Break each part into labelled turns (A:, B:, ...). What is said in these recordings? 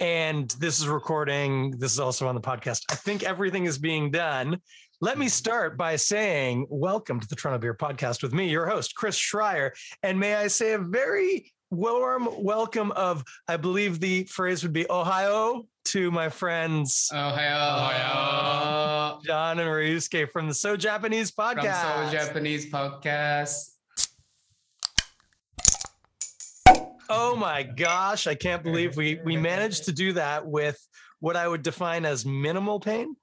A: and this is recording. This is also on the podcast. I think everything is being done. Let me start by saying, welcome to the Toronto Beer Podcast with me, your host, Chris Schreier. And may I say a very warm welcome of, I believe the phrase would be Ohio to my friends,
B: Oh. Ohio.
A: John and Ryusuke from the So Japanese
B: From Seoul
A: podcast.
B: Japanese podcast.
A: Oh my gosh, I can't believe we we managed to do that with what I would define as minimal pain.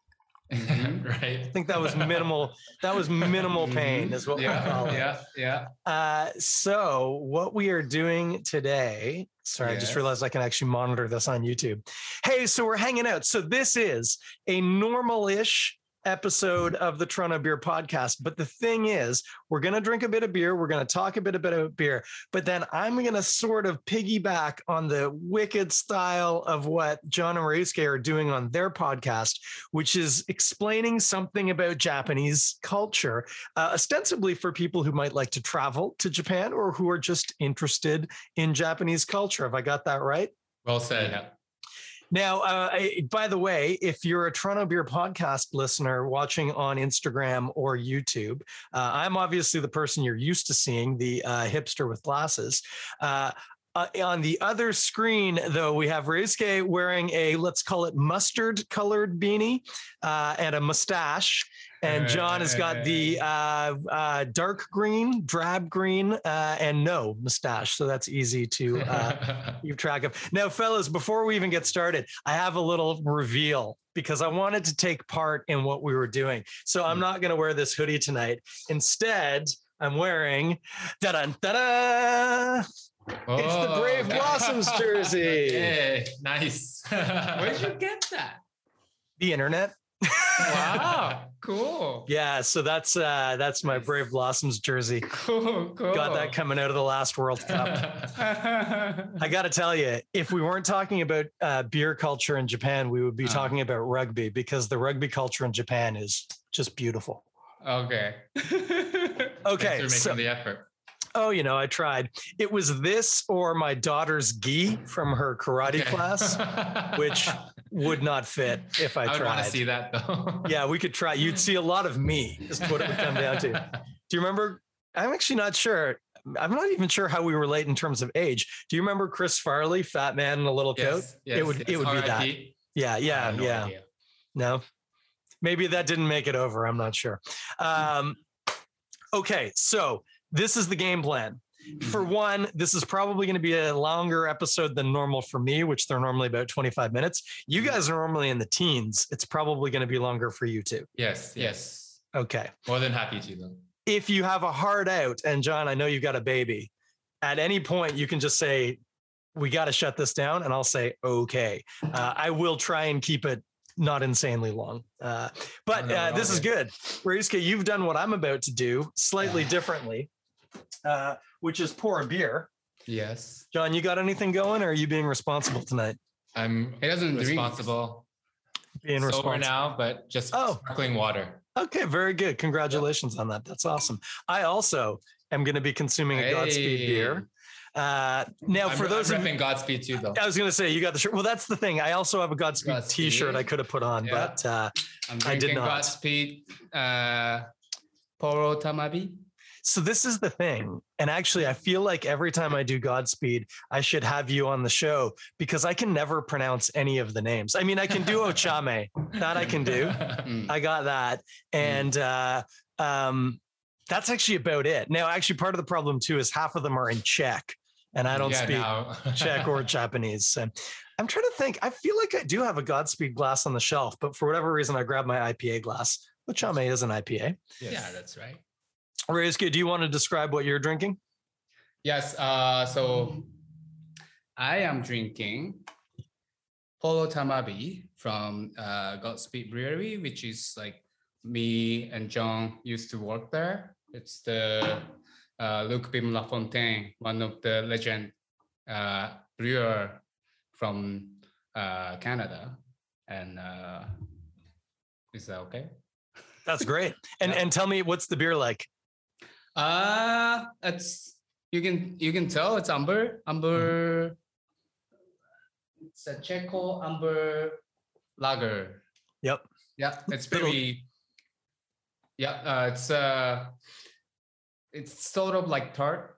C: Mm-hmm. right?
A: I think that was minimal. That was minimal pain, is what we call
B: Yeah,
A: it.
B: yeah, yeah.
A: Uh, so what we are doing today sorry i just
B: Yes.
A: realized i can actually monitor this on youtube hey so we're hanging out so this is a normal-ish episode of the toronto beer podcast but the thing is we're going to drink a bit of beer we're going to talk a bit about beer but then i'm going to sort of piggyback on the wicked style of what john and Ryusuke are doing on their podcast which is explaining something about japanese culture uh, ostensibly for people who might like to travel to Japan or who are just interested in Japanese culture. Have I got that right?
C: Well said.
A: Now, uh, I, by the way, if you're a Toronto Beer Podcast listener watching on Instagram or YouTube, uh, I'm obviously the person you're used to seeing, the uh, hipster with glasses. Uh, uh, on the other screen, though, we have Ryusuke wearing a, let's call it mustard colored beanie uh, and a mustache. And John has got the uh, uh, dark green, drab green, uh, and no mustache. So that's easy to uh, keep track of. Now, fellas, before we even get started, I have a little reveal because I wanted to take part in what we were doing. So
B: Hmm.
A: I'm not going to wear this hoodie tonight. Instead, I'm wearing da da da. It's the
C: Oh,
A: Brave
C: okay.
A: Blossoms jersey.
C: Okay, nice.
B: Where'd you get that?
A: The internet.
B: Wow, cool.
A: Yeah, so that's uh that's my
B: Nice. Oh.
A: Brave Blossoms jersey.
B: Cool, cool.
A: Got that coming out of the last World Cup. I got to tell you, if we weren't talking about uh, beer culture in Japan, we would be
B: Uh-huh.
A: talking about rugby because the rugby culture in Japan is just beautiful.
B: okay.
C: Thanks
A: Okay,
C: for making
A: so,
C: the effort.
A: oh, you know, I tried. It was this or my daughter's gi from her karate
C: Okay.
A: class which would not fit if I,
C: I would want
A: tried.
C: to see that though.
A: yeah, we could try. You'd see a lot of me. Is what it would come down to. Do you remember? I'm actually not sure. I'm not even sure how we relate in terms of age. Do you remember Chris Farley, fat man in a little coat?
C: Yes, yes,
A: would- it
C: yes,
A: would be that.
C: RIP.
A: Yeah,
C: I
A: yeah,
C: have no
A: yeah.
C: idea.
A: No, maybe that didn't make it over. I'm not sure.
C: Hmm.
A: Um, okay, so this is the game plan. For one, this is probably going to be a longer episode than normal for me, which they're normally about 25 minutes. You guys are normally in the teens. It's probably going to be longer for you too.
C: Yes, yes.
A: Okay.
C: More than happy to though.
A: If you have a hard out, and John, I know you've got a baby, at any point you can just say, we got to shut this down. And I'll say, okay. Uh, I will try and keep it not insanely long. Uh, but
C: No, no,
A: uh,
C: no,
A: this is
C: okay.
A: good. Ryusuke, you've done what I'm about to do slightly differently, uh, which is pour a beer.
C: Yes.
A: John, you got anything going or are you being responsible tonight?
C: I'm
B: He doesn't drink.
C: responsible.
A: Being
C: Sober
A: responsible.
C: now, but just
A: Oh.
C: sparkling water.
A: Okay, very good. Congratulations on that. That's awesome. I also am going to be consuming a Godspeed
C: Hey.
A: beer. Uh, now,
C: I'm,
A: for those
C: I'm
A: of
C: repping Godspeed too though.
A: I was going to say you got the shirt. Well, that's the thing. I also have a Godspeed,
C: Godspeed.
A: T-shirt I could have put on,
C: Yeah.
A: but uh,
B: I'm
A: I did
B: drinking
A: not.
B: Godspeed, uh, Poro Tamabi.
A: so this is the thing. And actually, I feel like every time I do Godspeed, I should have you on the show because I can never pronounce any of the names. I mean, I can do Ochame, that I can do.
B: Mm.
A: I got that. And uh, um, that's actually about it. Now, actually, part of the problem too is half of them are in Czech, and I don't
C: Yeah,
A: speak
C: now.
A: Czech or Japanese. So I'm trying to think. I feel like I do have a Godspeed glass on the shelf, but for whatever reason, I grabbed my IPA glass. Which I is an IPA.
C: Yes.
B: Yeah, that's right.
A: Ryusuke, do you want to describe what you're drinking?
B: Yes. Uh, so I am drinking Polo Tamabi from uh, Godspeed Brewery, which is like me and John used to work there. It's the uh, Luc Bim Lafontaine, one of the legend uh, brewer from uh, Canada. And uh, is that okay?
A: That's great. And
B: Yeah.
A: and tell me what's the beer like?
B: Uh it's you can you can tell it's amber amber
A: Mm-hmm.
B: It's a Checo amber lager.
A: Yep.
B: Yeah, it's
A: Little-
B: very. Yeah, uh, it's uh, it's sort of like tart,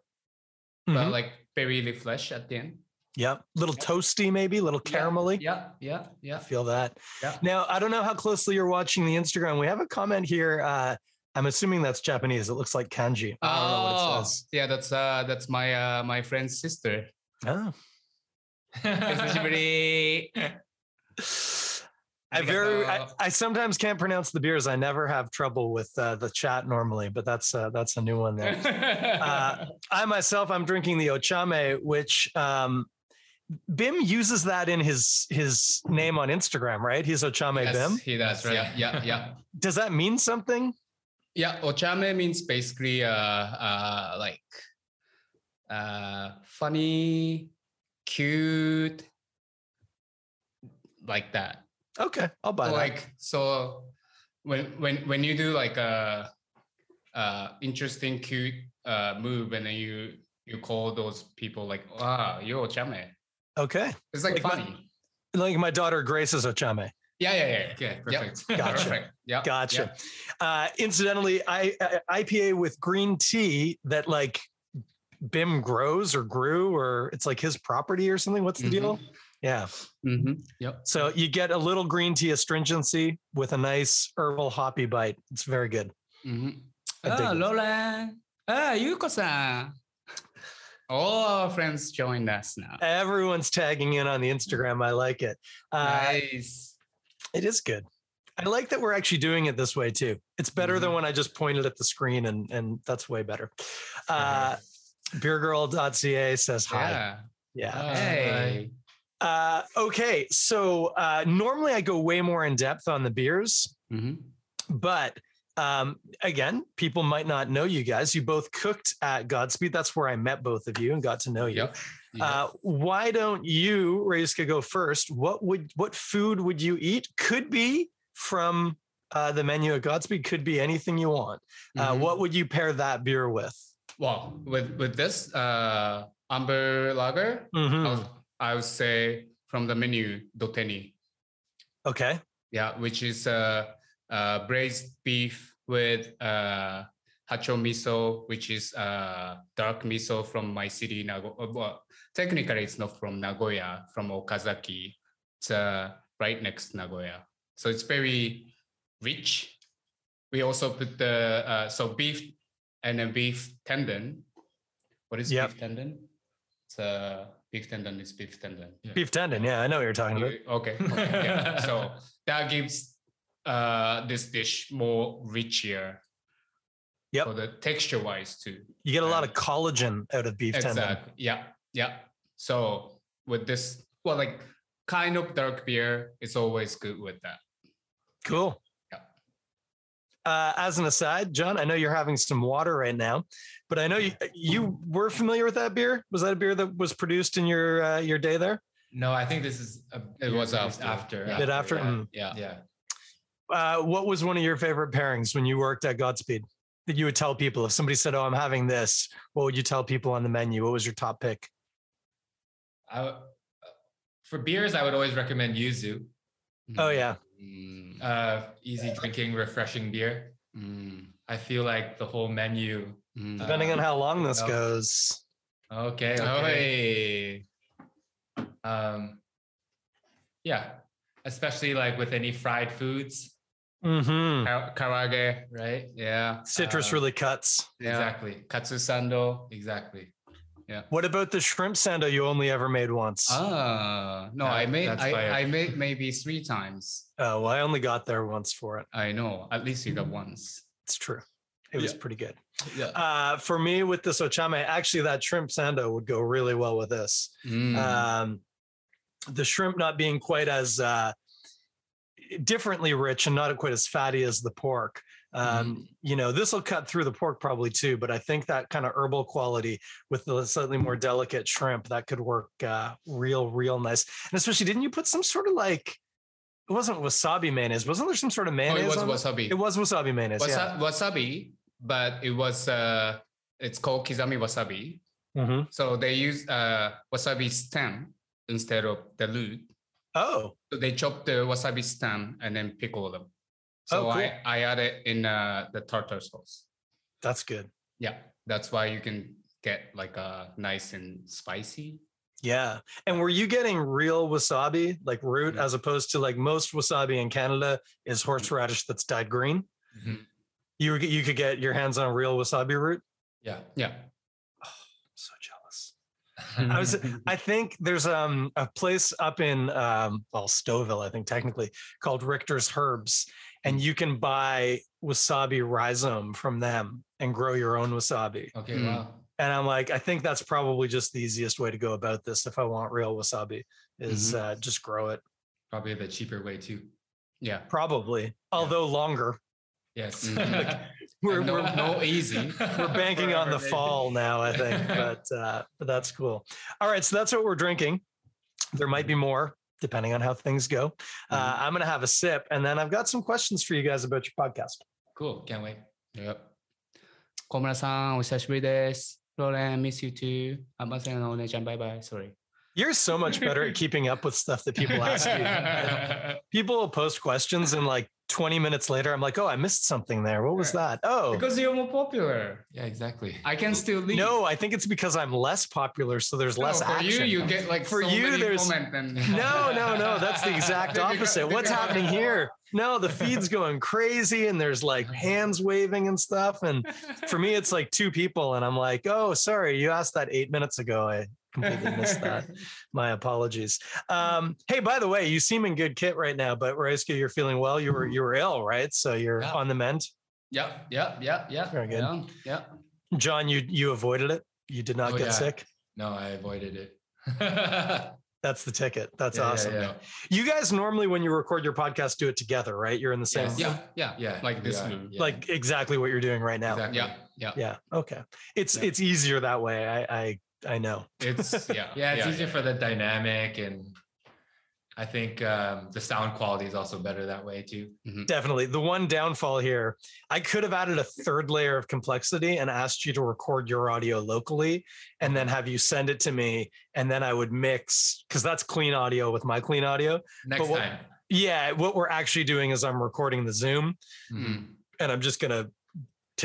B: but
A: Mhm.
B: like very refreshed at the end.
A: Yep. Little toasty, maybe, little
B: Yeah,
A: caramelly.
B: Yeah, yeah,
A: I
B: yeah.
A: feel that.
B: Yeah.
A: Now, I don't know how closely you're watching the Instagram. We have a comment here. Uh, I'm assuming that's Japanese. It looks like kanji. I don't know what
B: Oh,
A: it says.
B: yeah, that's uh, that's my uh, my friend's sister.
A: Oh.
B: Kasujiburi.
A: I very I,
B: Arigato.
A: I sometimes can't pronounce the beers. I never have trouble with uh, the chat normally, but that's uh, that's a new one there. Uh, I myself, I'm drinking the Ochame, which um, Bim uses that in his his name on Instagram, right? He's Ochame
B: Yes,
A: Bim.
B: He does, right?
C: Yes, yeah.
B: Yeah, yeah,
A: Does that mean something?
B: yeah. Ochame means basically uh, uh, like uh, funny, cute, like that.
A: Okay, I'll buy
B: So,
A: that.
B: like so, when when when you do like a, uh interesting, cute uh, move, and then you you call those people like, ah, you're ochame.
A: okay,
B: It's like,
A: Like my-
B: funny.
A: like my daughter Grace is Ochame.
B: yeah, yeah, yeah.
C: Okay,
B: Yep.
C: perfect.
A: Gotcha.
B: Perfect. Yeah.
A: Gotcha. Uh, incidentally, I, I IPA with green tea that like Bim grows or grew or it's like his property or something. What's the
B: Mhm.
A: deal? Yeah.
B: Yeah. Mm-hmm. Yep.
A: So you get a little green tea astringency with a nice herbal hoppy bite. It's very good.
B: Mm-hmm.
A: I dig
B: Ah,
A: it.
B: Lola.
A: Oh,
B: Ah, Yuko-san. All our friends joined us now.
A: Everyone's tagging in on the Instagram. I like it. Uh,
B: nice.
A: It is good. I like that we're actually doing it this way too. It's better than when I just pointed at the screen and and that's way better. Uh, beergirl.ca says hi.
B: Yeah.
A: Yeah.
C: Uh,
B: hey.
A: Uh, okay, so uh, normally I go way more in depth on the beers,
B: Mhm.
A: but um, again, people might not know you guys. You both cooked at Godspeed. That's where I met both of you and got to know you.
B: Yep.
A: Oh,
B: Yep.
A: Uh, why don't you, Reyuska, go first? What would what food would you eat? Could be from uh, the menu at Godspeed. Could be anything you want. Uh,
B: Mhm.
A: what would you pair that beer with?
B: well, with with this uh, amber lager,
A: Mhm.
B: I would- I would say from the menu doteni.
A: Okay.
B: Yeah, which is uh, uh, braised beef with uh, hacho miso, which is uh, dark miso from my city, Nagoya. Well, technically, it's not from Nagoya, from Okazaki. It's uh, right next to Nagoya. So it's very rich. We also put the, uh, so beef and then beef tendon. What is
A: Yep.
B: beef tendon? It's uh, beef tendon is beef tendon.
A: Beef tendon. Yeah, I know what you're talking about.
B: You- Okay. okay, yeah. so that gives uh, this dish more richer.
A: Yep.
B: For the texture wise too.
A: You get a lot of collagen out of beef tendon.
B: Exactly. Yeah. Yeah. So with this, well, like kind of dark beer, it's always good with that.
A: Cool.
B: Yeah.
A: Uh, as an aside, John, I know you're having some water right now, but I know you, you were familiar with that beer. Was that a beer that was produced in your uh, your day there?
C: No, I think this is a
B: It was
C: years
B: after.
C: after.
B: Yeah.
A: Bit after.
C: yeah.
A: Mm.
B: Yeah.
C: Yeah.
A: Uh, what was one of your favorite pairings when you worked at Godspeed that you would tell people if somebody said, "Oh, I'm having this," what would you tell people on the menu? What was your top pick?
C: I
B: uh,
C: w- for beers, I would always recommend yuzu. Hmm.
A: Oh yeah,
B: Mm,
C: Uh, easy drinking, refreshing beer.
B: mm,
C: I feel like the whole menu.
B: mm.
C: Uh,
A: depending on how long this
C: no.
A: goes.
C: Okay. okay.
B: Oi.
C: Um, yeah, especially like with any fried foods,
A: hmm
B: Ka- Karage.
C: right?
B: Yeah.
A: Citrus
C: Uh,
A: really cuts.
B: Yeah.
C: Exactly.
B: Katsu sando.
C: Exactly.
A: What about the shrimp sando you only ever made once?
B: Ah, no,
C: That-
B: I made
C: that's fire.
B: I, I made maybe three times.
A: Oh, well, I only got there once for it.
B: I know, at least you got
A: Mm.
B: once.
A: It's true. It was pretty good.
B: Yeah.
A: Uh, for me, with this ochame, actually, that shrimp sando would go really well with this.
B: Mm.
A: Um, the shrimp not being quite as uh, differently rich and not quite as fatty as the pork. Um,
B: Mm.
A: You know, this will cut through the pork probably too, but I think that kind of herbal quality with the slightly more delicate shrimp that could work uh, real, real nice. And especially, didn't you put some sort of like it wasn't wasabi mayonnaise? Wasn't there some sort of
B: oh,
A: mayonnaise?
B: it was
A: on that?
B: wasabi.
A: It was wasabi mayonnaise. yeah.
B: Wasa- Wasabi, but it was uh, it's called kizami wasabi.
A: Mhm.
B: So they use uh wasabi stem instead of the root.
A: Oh,
B: So they chop the wasabi stem and then pickle them. So
A: Oh, cool.
B: I, I add it in uh, the tartar sauce.
A: that's good.
B: Yeah, that's why you can get like a nice and spicy.
A: Yeah. And were you getting real wasabi, like root,
B: Mhm.
A: as opposed to like most wasabi in Canada is horseradish that's dyed green?
C: Mm-hmm.
B: Mhm.
A: You were, you could get your hands on real wasabi root.
C: Yeah.
B: Yeah.
A: I'm so jealous. I was- I think there's um, a place up in um, well Stouffville, I think technically called Richter's Herbs, and you can buy wasabi rhizome from them and grow your own wasabi.
C: Okay.
B: Mm.
C: Wow.
A: And I'm like, I think that's probably just the easiest way to go about this if I want real wasabi is uh, just grow it.
C: Probably the cheaper way too.
B: yeah.
A: Probably, although longer.
C: Yes.
A: Mm-hmm.
B: Mhm.
A: We're,
B: no,
A: we're,
B: no easy.
A: we're banking on the fall now, I think, but uh, but that's cool. All right, so that's what we're drinking. There might be more depending on how things go. Uh,
B: Mm-hmm.
A: I'm gonna have a sip, and then I've got some questions for you guys about your podcast.
C: Cool. Can't wait.
B: Yep. 小村さん、お久しぶりです。ローレン、miss you too。あませんのお姉ちゃん、バイバイ。Sorry。
A: You're so much better at keeping up with stuff that people ask you. People will post questions, and like 20 minutes later, I'm like, "Oh, I missed something there. What was that?" Oh,
B: Because you're more popular.
C: Yeah, exactly.
B: I can still leave.
A: no, I think it's because I'm less popular, so there's
B: No,
A: less
B: for
A: action.
B: you, you get like
A: For
B: so
A: you,
B: many
A: there's-
B: comment and-
A: No, no, no. That's the exact
B: Then we go-
A: opposite.
B: then
A: What's
B: we go-
A: happening here? No, the feed's going crazy and there's like hands waving and stuff. And for me, it's like two people. And I'm like, oh, sorry, you asked that eight minutes ago. I completely missed that. My apologies. Um, hey, by the way, you seem in good kit right now, but Raiska, you're feeling well. You were you were ill, right? So you're
B: Yeah.
A: on the mend.
B: Yep, yep, yep, yep.
A: Very good.
B: Yeah, yep.
A: John, you you avoided it. You did not
C: Oh,
A: get
C: yeah.
A: sick.
C: No, I avoided it.
A: That's the ticket. That's
C: Yeah, yeah,
A: awesome.
C: yeah.
A: You guys normally when you record your podcast do it together, right? You're in the same
C: Yes.
B: Yeah, yeah,
C: Yeah.
B: Like this
C: yeah,
B: room.
C: yeah,
A: like exactly what you're doing right now.
C: Exactly.
B: Yeah, yeah.
A: Yeah. Okay. It's
B: Yeah.
A: it's easier that way. I I I know.
B: It's yeah,
C: Yeah, it's easier for the dynamic and I think um, the sound quality is also better that way too.
A: Definitely. The one downfall here, I could have added a third layer of complexity and asked you to record your audio locally and then have you send it to me and then I would mix cuz that's clean audio with my clean audio.
C: Next
A: what-
C: time.
A: Yeah, what we're actually doing is I'm recording the Zoom
C: Mm-hmm.
B: Mhm.
A: and I'm just going to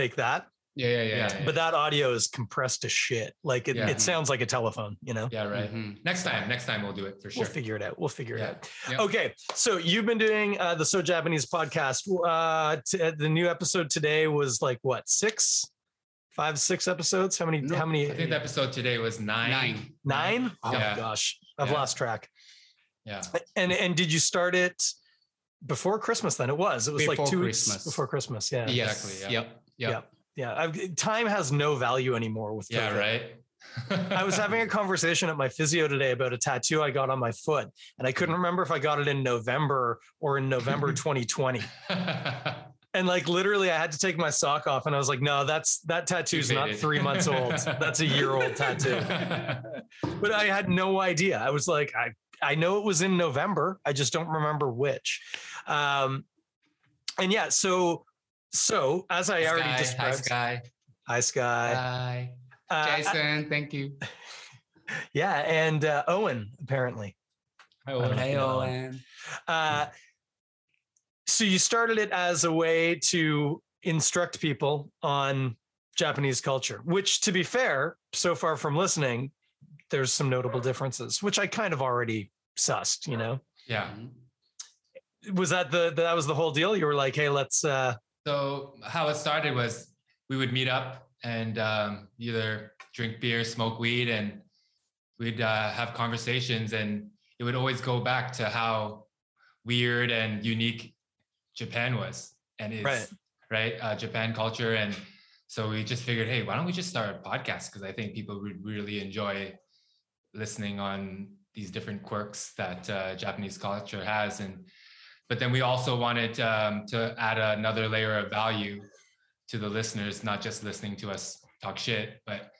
A: take that.
B: yeah, yeah, yeah.
C: Yeah.
A: But that audio is compressed to shit. Like it,
C: Yeah.
A: it sounds like a telephone, you know.
C: Yeah, right.
B: Mhm.
C: Next time. Next time we'll do it for sure.
A: We'll figure it out. We'll figure it
C: Yeah.
A: out.
B: Yep.
A: Okay, so you've been doing uh, the So Japanese podcast. Uh, t- uh, the new episode today was like what six, five, six episodes? How many?
B: No,
A: how many?
C: I think the episode today was nine.
B: Nine.
A: nine. Oh my
C: Yeah.
A: gosh, I've
C: Yeah.
A: lost track.
C: Yeah.
A: And and did you start it before Christmas? Then it was. It was
B: Before
A: like two
B: Christmas.
A: weeks before Christmas. Yeah, yeah.
B: Yes.
C: Exactly, yeah.
B: Yep. Yep.
A: I've, time has no value anymore with
C: Yeah,
A: COVID.
C: right.
A: I was having a conversation at my physio today about a tattoo I got on my foot, and I couldn't remember if I got it in November or in November 2020. And like literally, I had to take my sock off, and I was like, "No, that's that tattoo's not
C: Dated.
A: three months old. That's a year old tattoo." But I had no idea. I was like, "I I know it was in November. I just don't remember which." Um, and yeah, so so as I already
B: Sky, hi,
A: described,
B: Sky.
A: hi Sky,
B: Hi.
A: Uh,
B: Jason, thank you.
A: yeah, and uh, Owen apparently.
C: Oh,
A: Owen.
B: Hey, Owen.
A: Uh, so you started it as a way to instruct people on Japanese culture, which, to be fair, so far from listening, there's some notable differences, which I kind of already sussed. You know,
C: yeah.
A: was that the that was the whole deal? You were like, hey, let's. uh
C: So how it started was we would meet up and um, either drink beer, smoke weed, and we'd uh, have conversations, and it would always go back to how weird and unique Japan was and is,
A: Right.
C: right? Uh, Japan culture, and so we just figured, hey, why don't we just start a podcast? Because I think people would really enjoy listening on these different quirks that uh, Japanese culture has, and but then we also wanted um, to add another layer of value to the listeners, not just listening to us talk shit, but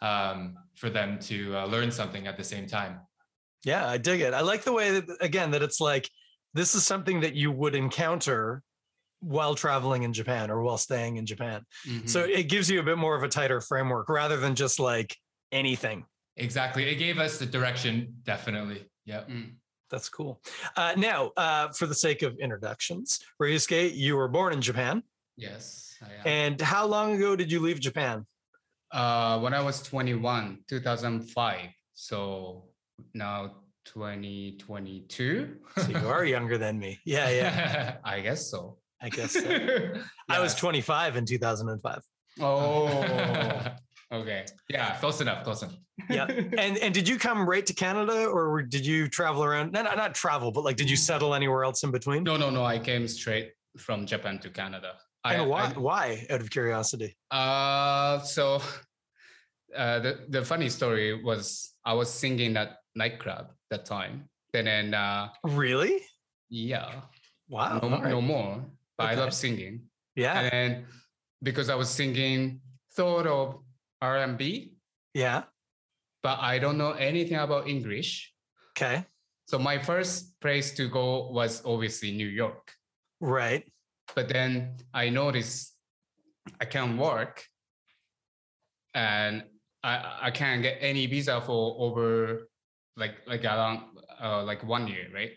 C: um, for them to uh, learn something at the same time.
A: Yeah, I dig it. I like the way that again that it's like this is something that you would encounter while traveling in Japan or while staying in Japan. So
B: Mhm.
A: it gives you a bit more of a tighter framework rather than just like anything.
C: Exactly. It gave us the direction, definitely. Yep.
B: Mm-hmm.
A: That's cool. Uh, now, uh, for the sake of introductions, Ryusuke, you were born in Japan.
B: Yes, I am.
A: And how long ago did you leave Japan?
B: Uh, when I was 21, 2005. So now 2022.
A: So you are younger than me. Yeah, yeah.
B: I guess so.
A: I guess so. I was 25 in 2005.
B: Oh, okay.
C: yeah, close enough. Close enough.
A: Yeah. And and did you come right to Canada, or did you travel around? No, no, not travel, but like, did you settle anywhere else in between?
B: Mm. No, no, no. I came straight from Japan to Canada. I,
A: and why?
B: I-
A: why? Out of curiosity.
B: Uh, so uh, the the funny story was I was singing at nightclub that time. Then then uh,
A: Really?
B: yeah,
A: Wow.
B: no,
A: Oh, All right.
B: no more. But
A: Okay. Ah.
B: I love singing,
A: Yeah.
B: and then because I was singing sort of R and B,
A: Yeah.
B: but I don't know anything about English.
A: Okay.
B: So my first place to go was obviously New York.
A: Right.
B: But then I noticed I can't work and I, I can't get any visa for over like like around uh, like one year, right?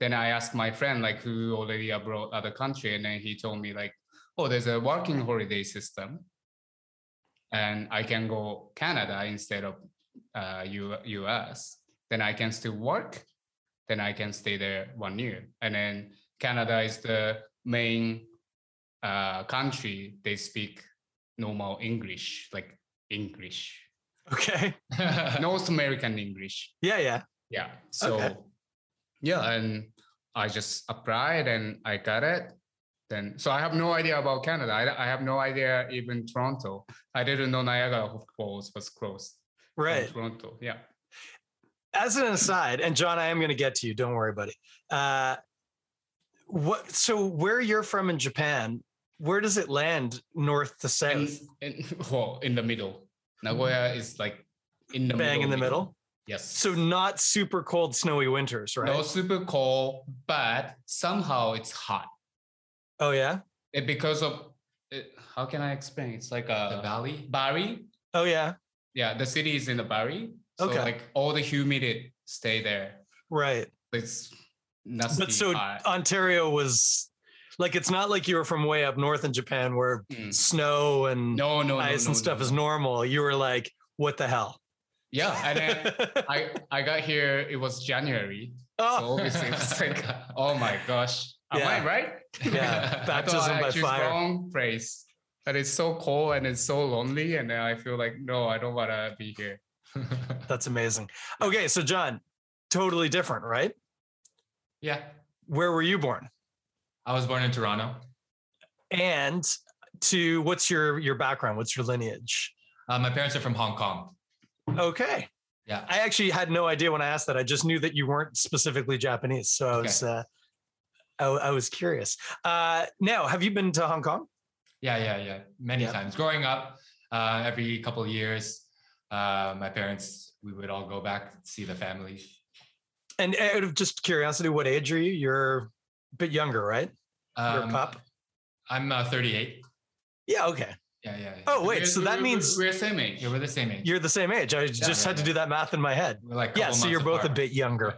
B: Then I asked my friend like who already abroad other country, and then he told me like, oh, there's a working holiday system, and I can go Canada instead of uh, U- U.S. Then I can still work, then I can stay there one year, and then Canada is the main uh, country they speak normal English, like English,
A: Okay.
B: North American English.
A: Yeah. Yeah.
B: Yeah. So, yeah, and I just applied and I got it. Then, so I have no idea about Canada. I, I have no idea even Toronto. I didn't know Niagara Falls was closed. in
A: Right.
B: Toronto. Yeah.
A: As an aside, and John, I am going to get to you. Don't worry, buddy. Uh, what? So where you're from in Japan? Where does it land, north to
B: And,
A: south?
B: and well, in the middle. Nagoya is like in the
A: Bang
B: middle.
A: in the middle.
B: Yes.
A: So not super cold, snowy winters, right?
B: No super cold, but somehow it's hot.
A: Oh yeah.
B: It because of it, how can I explain? It's like
C: the
B: a
C: valley.
B: Bari.
A: Oh yeah.
B: Yeah, the city is in the Bari. So
A: Okay.
B: like all the humidity stay there.
A: Right.
B: It's nasty
A: But so
B: hot.
A: Ontario was like it's not like you were from way up north in Japan where
B: Mm.
A: snow and
B: No, no, no,
A: ice
B: no,
A: and stuff
B: no.
A: is normal. You were like, what the hell?
B: Yeah, and then I I got here. It was January. So
A: oh,
B: obviously it's like, oh my gosh, am
A: Yeah.
B: I right?
A: Yeah,
B: I thought
A: baptism
B: I
A: by
B: choose
A: fire.
B: Wrong place. And it's so cold and it's so lonely, and then I feel like no, I don't wanna be here.
A: that's amazing. Okay, so John, totally different, right?
C: Yeah.
A: Where were you born?
C: I was born in Toronto.
A: And to what's your your background? What's your lineage?
C: Uh, my parents are from Hong Kong.
A: Okay.
C: Yeah.
A: I actually had no idea when I asked that. I just knew that you weren't specifically Japanese, so I was uh, I, I was curious. Uh, now, have you been to Hong Kong?
C: Yeah, yeah, yeah. Many
A: Yeah.
C: times. Growing up, uh, every couple of years, uh, my parents, we would all go back to see the family.
A: And out of just curiosity, what age are you? You're a bit younger, right? You're a
C: Um,
A: pup.
C: I'm uh, 38.
A: Yeah. Okay.
C: Yeah, yeah. yeah.
A: Oh wait, so that means
B: we're same age.
C: yeah, we're the same age.
A: you're the same age. I just
C: yeah,
A: had to
C: yeah.
A: do that math in my head.
C: We're like
A: Yeah.
C: couple
A: So you're
C: months
A: both a
C: apart.
A: bit younger.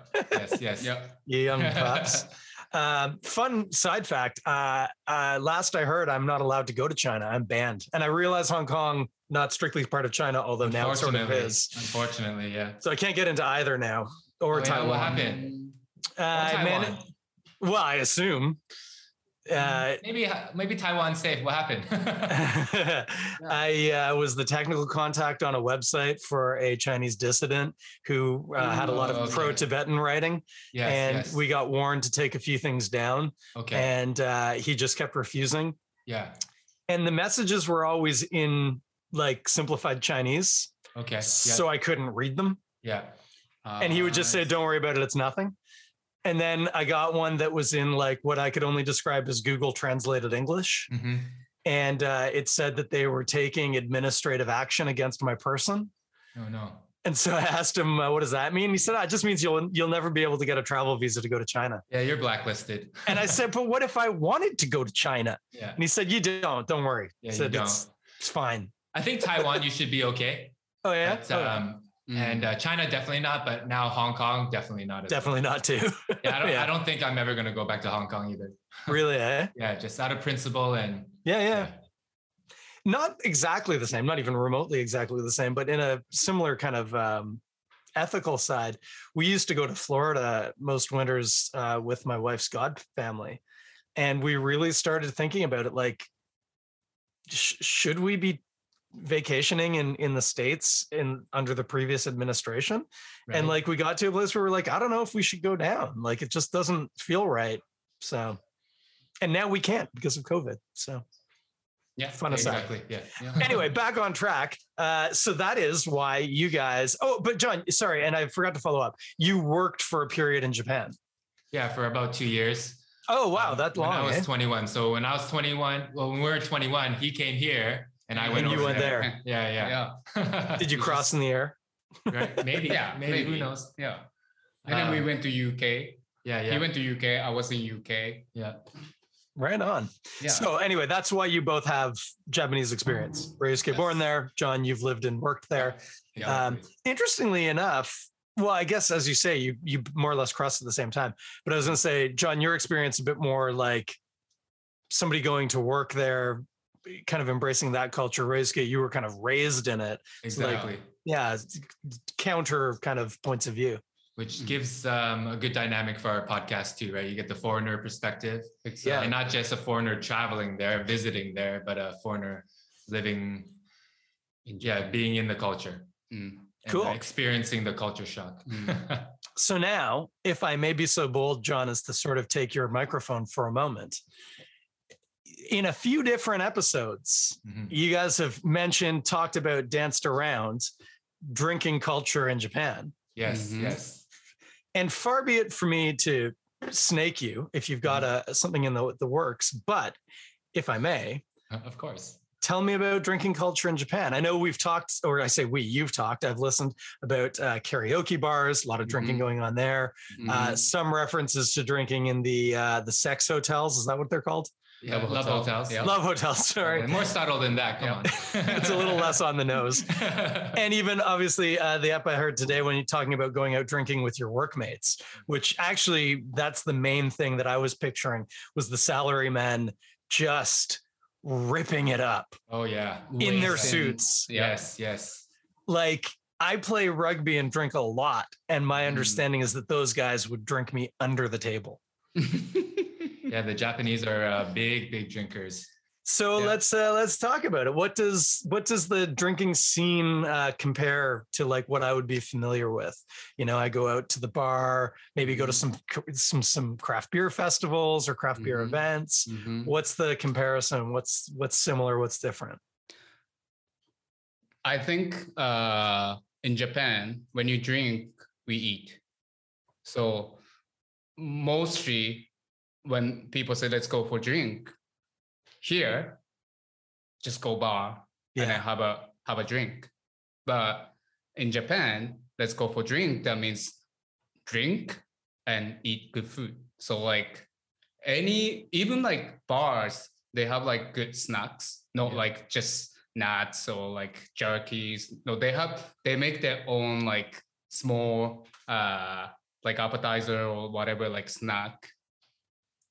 C: yes, yes.
B: Yeah.
A: You young pups. Um, fun side fact. Uh, uh, last I heard, I'm not allowed to go to China. I'm banned, and I realize Hong Kong not strictly part of China, although now it sort of
C: Unfortunately-
A: is.
C: Unfortunately, yeah.
A: So I can't get into either now or
C: Oh, yeah,
A: Taiwan.
C: what happened?
A: Uh,
C: Or
A: man,
C: Taiwan.
A: well, I assume. Uh,
C: maybe maybe Taiwan's safe. What happened?
A: I uh, was the technical contact on a website for a Chinese dissident who uh, had a lot of
C: Oh, okay.
A: pro-Tibetan writing,
C: yes,
A: and
C: yes.
A: we got warned to take a few things down,
C: okay.
A: and uh, he just kept refusing.
C: yeah.
A: And the messages were always in like simplified Chinese,
C: Okay. Yeah. Ah.
A: so I couldn't read them.
C: yeah.
A: and he would just
B: Uh,
A: say, "Don't worry about it; it's nothing." And then I got one that was in like what I could only describe as Google translated English,
C: Mhm.
A: and uh, it said that they were taking administrative action against my person.
C: No, no.
A: And so I asked him, uh, "What does that mean?" He said, "Ah, "It just means you'll you'll never be able to get a travel visa to go to China."
C: Yeah, you're blacklisted.
A: And I said, "But what if I wanted to go to China?"
C: yeah.
A: And he said, "You don't. Don't worry." I
C: Yeah, you
A: said,
C: don't.
A: It's, it's fine.
C: I think Taiwan, you should be okay.
A: Oh yeah.
C: But,
A: Oh, yeah.
C: um,
B: Mm-hmm.
C: and uh, China definitely not, but now Hong Kong definitely not. as-
A: Definitely not too.
C: Yeah, I don't,
A: yeah.
C: I don't think I'm ever gonna go back to Hong Kong either.
A: really, eh?
C: Yeah, just out of principle and
A: Yeah, yeah.
C: Yeah.
A: Not exactly the same, not even remotely exactly the same, but in a similar kind of um, ethical side. We used to go to Florida most winters uh, with my wife's god family. And we really started thinking about it like, sh- should we be vacationing in, in the States in under the previous administration?
C: right?
A: And like we got to a place where we're like, I don't know if we should go down. Like it just doesn't feel right. So, and now we can't because of COVID. So,
C: yeah,
A: fun aside.
C: exactly. Yeah, yeah.
A: anyway, back on track. Uh, so that is why you guys. Oh, but John, sorry, and I forgot to follow up. You worked for a period in Japan.
C: yeah, for about two years.
A: Oh wow,
C: Um,
A: that
C: When I
A: long.
C: was
A: eh?
C: 21. So when I was 21, well, when we were 21, he came here and I
B: And
C: went
A: you
C: over
A: went
C: there.
A: there.
C: Yeah,
B: yeah,
C: yeah.
A: Did you
C: It's
A: cross in the air?
C: just- Right? Maybe.
B: Yeah,
C: maybe. Who
B: maybe.
C: knows?
B: yeah. And then we
C: Um,
B: went to UK.
C: Yeah, yeah.
B: He went to UK. I was in UK.
C: yeah.
A: Right on.
B: Yeah.
A: So anyway, that's why you both have Japanese experience. Reyes K. born
B: Yes.
A: there. John, you've lived and worked there.
C: yeah.
A: Um, interestingly enough well i guess as you say you you more or less crossed at the same time but i was going to say john your experience a bit more like somebody going to work there kind of embracing that culture raised you were kind of raised in it
C: exactly.
A: yeah it's counter kind of points of view
C: Which
B: Mm.
C: gives um, a good dynamic for our podcast too, right? You get the foreigner perspective.
A: Yeah.
C: And not just a foreigner traveling there, visiting there, but a foreigner living, yeah, being in the culture.
B: Mm,
C: and
A: Cool.
C: experiencing the culture shock.
B: mm.
A: so now if i may be so bold john as to sort of take your microphone for a moment in a few different episodes
C: Mhm.
A: you guys have mentioned, talked about, danced around drinking culture in Japan.
C: Yes,
B: Mhm.
C: yes.
A: And far be it for me to snake you if you've got a, something in the, the works, but if I may,
C: Of course.
A: tell me about drinking culture in Japan. I know we've talked, or I say we, you've talked, I've listened about uh, karaoke bars, a lot of drinking
B: Mhm.
A: going on there,
B: Mm. Mm-hmm.
A: uh, some references to drinking in the uh, the sex hotels. Is that what they're called?
C: Yeah,
B: Love
C: love,
B: Hotel.
C: hotels.
B: Yeah.
A: Love hotels, sorry.
C: Yeah, more subtle than that. Come on.
A: It's a little less on the nose. and even obviously uh, the app I heard today when you're talking about going out drinking with your workmates, which actually that's the main thing that I was picturing was the salarymen just ripping it up
C: oh yeah.
A: in their
B: Wasted.
A: suits.
B: Yeah.
C: Yes, yes.
A: Like I play rugby and drink a lot, and my
B: Mm.
A: understanding is that those guys would drink me under the table.
C: Yeah, the Japanese are uh, big, big drinkers.
A: So
B: Yeah.
A: let's uh, let's talk about it. What does what does the drinking scene uh, compare to like what I would be familiar with? You know, I go out to the bar, maybe go to
B: Mhm.
A: some cr- some some craft beer festivals or craft beer
B: Mhm.
A: events.
B: Mhm.
A: What's the comparison? What's what's similar? What's different?
B: I think uh, in Japan, when you drink, we eat. So mostly when people say let's go for drink, here, just go bar and then have a have a drink. But in Japan, let's go for drink. That means drink and eat good food. So like any even like bars, they have like good snacks, not
C: Yeah.
B: like just nuts or like jerkies. No, they have they make their own like small uh like appetizer or whatever like snack.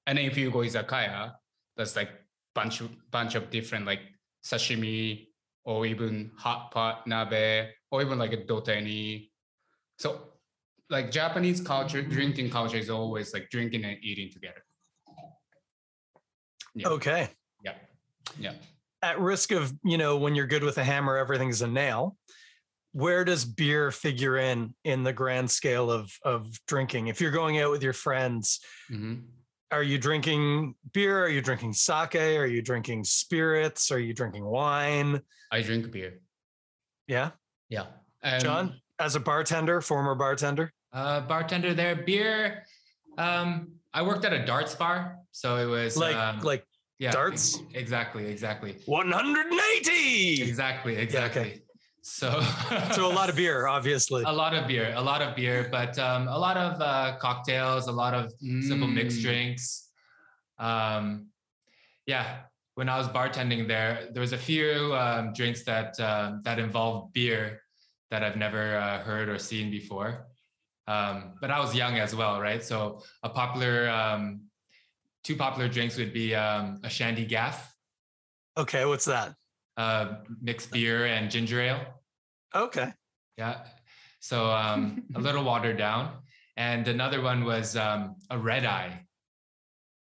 B: And then if you go izakaya, there's like bunch of bunch of different like sashimi or even hot pot nabe or even like a doteni. So like Japanese culture, drinking culture is always like drinking and eating together. Yeah.
A: Okay.
B: Yeah. Yeah.
A: At risk of you know when you're good with a hammer, everything's a nail. Where does beer figure in in the grand scale of of drinking? If you're going out with your friends,
C: Mm-hmm.
B: Mhm.
A: are you drinking beer? Are you drinking sake? Are you drinking spirits? Are you drinking wine?
B: I drink beer.
A: Yeah.
B: Yeah. And
A: John, as a bartender, former bartender.
C: Uh, bartender there, beer. Um, I worked at a darts bar, so it was
A: Like
C: um,
A: like
C: yeah,
A: darts?
C: Exactly, exactly,
A: 180.
C: exactly, exactly. So,
A: So a lot of beer, obviously.
C: a lot of beer, a lot of beer, but um, a lot of uh, cocktails, a lot of simple mixed
B: Mm.
C: drinks. Um, yeah, when I was bartending there, there was a few um, drinks that um, that involved beer, that I've never uh, heard or seen before. Um, but I was young as well, right? So a popular, um, two popular drinks would be um, a shandy gaff,
A: Okay, what's that?
C: uh, mixed beer and ginger ale.
A: Okay.
C: Yeah. So um, a little watered down. And another one was um, a red eye.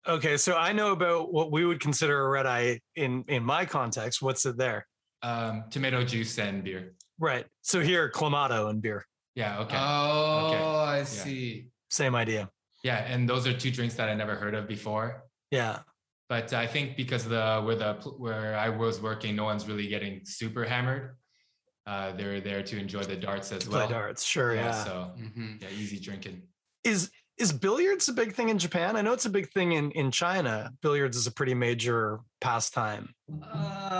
A: Okay, so I know about what we would consider a red eye in in my context. What's it there?
C: um, tomato juice and beer.
A: Right. So here, clamato and beer.
C: Yeah. Okay.
B: Oh,
C: Okay.
B: I see.
A: Same idea.
C: yeah. And those are two drinks that I never heard of before.
A: Yeah.
C: But I think because the where the pl- where I was working, no one's really getting super hammered. Uh, they're there to enjoy the darts as
A: To play
C: well.
A: darts. Sure. Yeah.
C: So
B: Mhm.
C: yeah, easy drinking.
A: Is is billiards a big thing in Japan? I know it's a big thing in in China. Billiards is a pretty major pastime.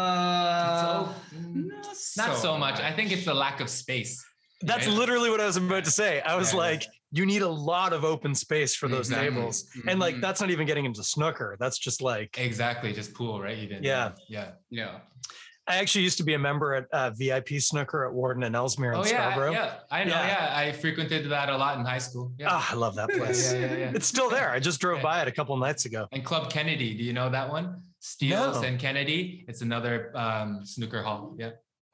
B: Uh,
C: So, mm, Not so, much. I think it's the lack of space.
A: That's
C: Right.
A: literally what I was about to say. I was
C: Yeah.
A: like, you need a lot of open space for those
C: Exactly. Mm-hmm.
A: tables. And like
B: Mhm.
A: that's not even getting into snooker. That's just like
C: Exactly. Just pool, right? Even.
A: Yeah.
C: Yeah.
B: Yeah.
A: I actually used to be a member at uh, VIP snooker at Warden and Ellesmere in
C: Oh yeah.
A: Scarborough.
C: I- Yeah. I know.
A: Yeah.
C: Yeah. I frequented that a lot in high school. Yeah.
A: Ah, I love that
C: yeah,
A: place.
C: yeah, yeah, yeah.
A: It's still there. I just drove
C: Yeah.
A: by it a couple nights ago.
C: And Club Kennedy, do you know that one? Steeles
A: No.
C: and Kennedy. It's another um, snooker hall. Yeah.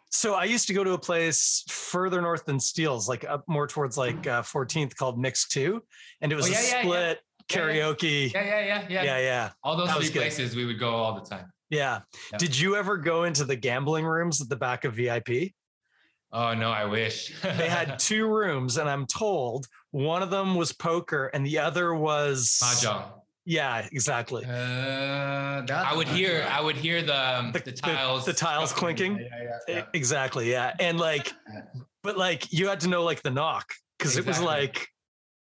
A: So I used to go to a place further north than Steele's, like up more towards like uh, 14th called Mix Two, and it was
C: Mm. Oh, yeah,
A: a
C: yeah, yeah.
A: split
C: Yeah, yeah.
A: karaoke.
C: Yeah, yeah, yeah, yeah.
A: Yeah, yeah, yeah.
C: All those
A: That was
C: three
A: good.
C: places we would go all the time. Yeah.
A: Did you ever go into the gambling rooms at the back of VIP?
C: Oh no, I wish.
A: They had two rooms, and I'm told one of them was poker and the other was
C: mahjong.
A: Yeah, exactly.
B: Uh, that
C: I would hear, I would hear the um,
A: The-
C: the,
A: the-
C: tiles,
A: the tiles clinking.
C: Yeah, yeah,
A: E-
C: yeah,
A: Exactly. Yeah. And like, but like you had to know like the knock because it was
C: Exactly.
A: like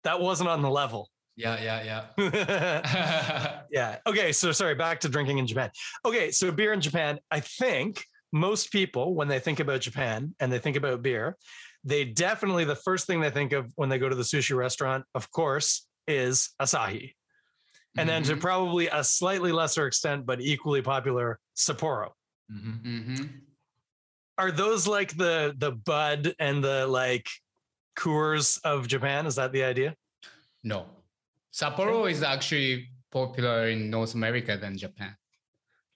A: that wasn't on the level.
C: yeah, yeah, yeah. yeah.
A: Yeah. Okay. So sorry, back to drinking in Japan. Okay. So beer in Japan, I think most people, when they think about Japan and they think about beer, they definitely, the first thing they think of when they go to the sushi restaurant, of course, is Asahi. And then
B: Mm-hmm.
A: to probably a slightly lesser extent, but equally popular, Sapporo.
C: Mhm.
B: Mhm.
A: Are those like the the Bud and the like Coors of Japan? Is that the idea?
B: No. Sapporo is actually popular in North America than Japan.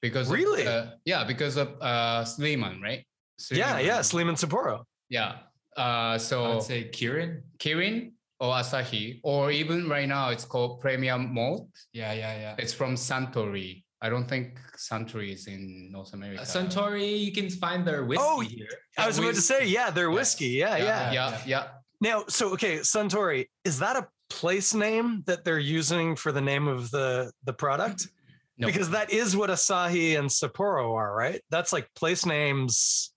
B: Because of,
A: Really?
B: uh, yeah, because of uh, Sleeman, right?
A: Yeah.
B: Sleeman.
A: Yeah. Sleeman Sapporo.
B: Yeah. Uh,
C: I
B: so
C: would say Kirin.
B: Kirin or Asahi, or even right now it's called Premium Malt.
C: Yeah, yeah, yeah.
B: It's from Santori. I don't think Santori is in North America.
C: Uh, Suntory, you can find their whiskey
A: Oh,
C: here.
A: I was about to say, yeah, their
C: Yeah.
A: whiskey. Yeah, yeah.
B: yeah, yeah, yeah.
A: Now, so okay, Suntory, is that a place name that they're using for the name of the the product?
B: No.
A: Because that is what Asahi and Sapporo are, right? That's like place names.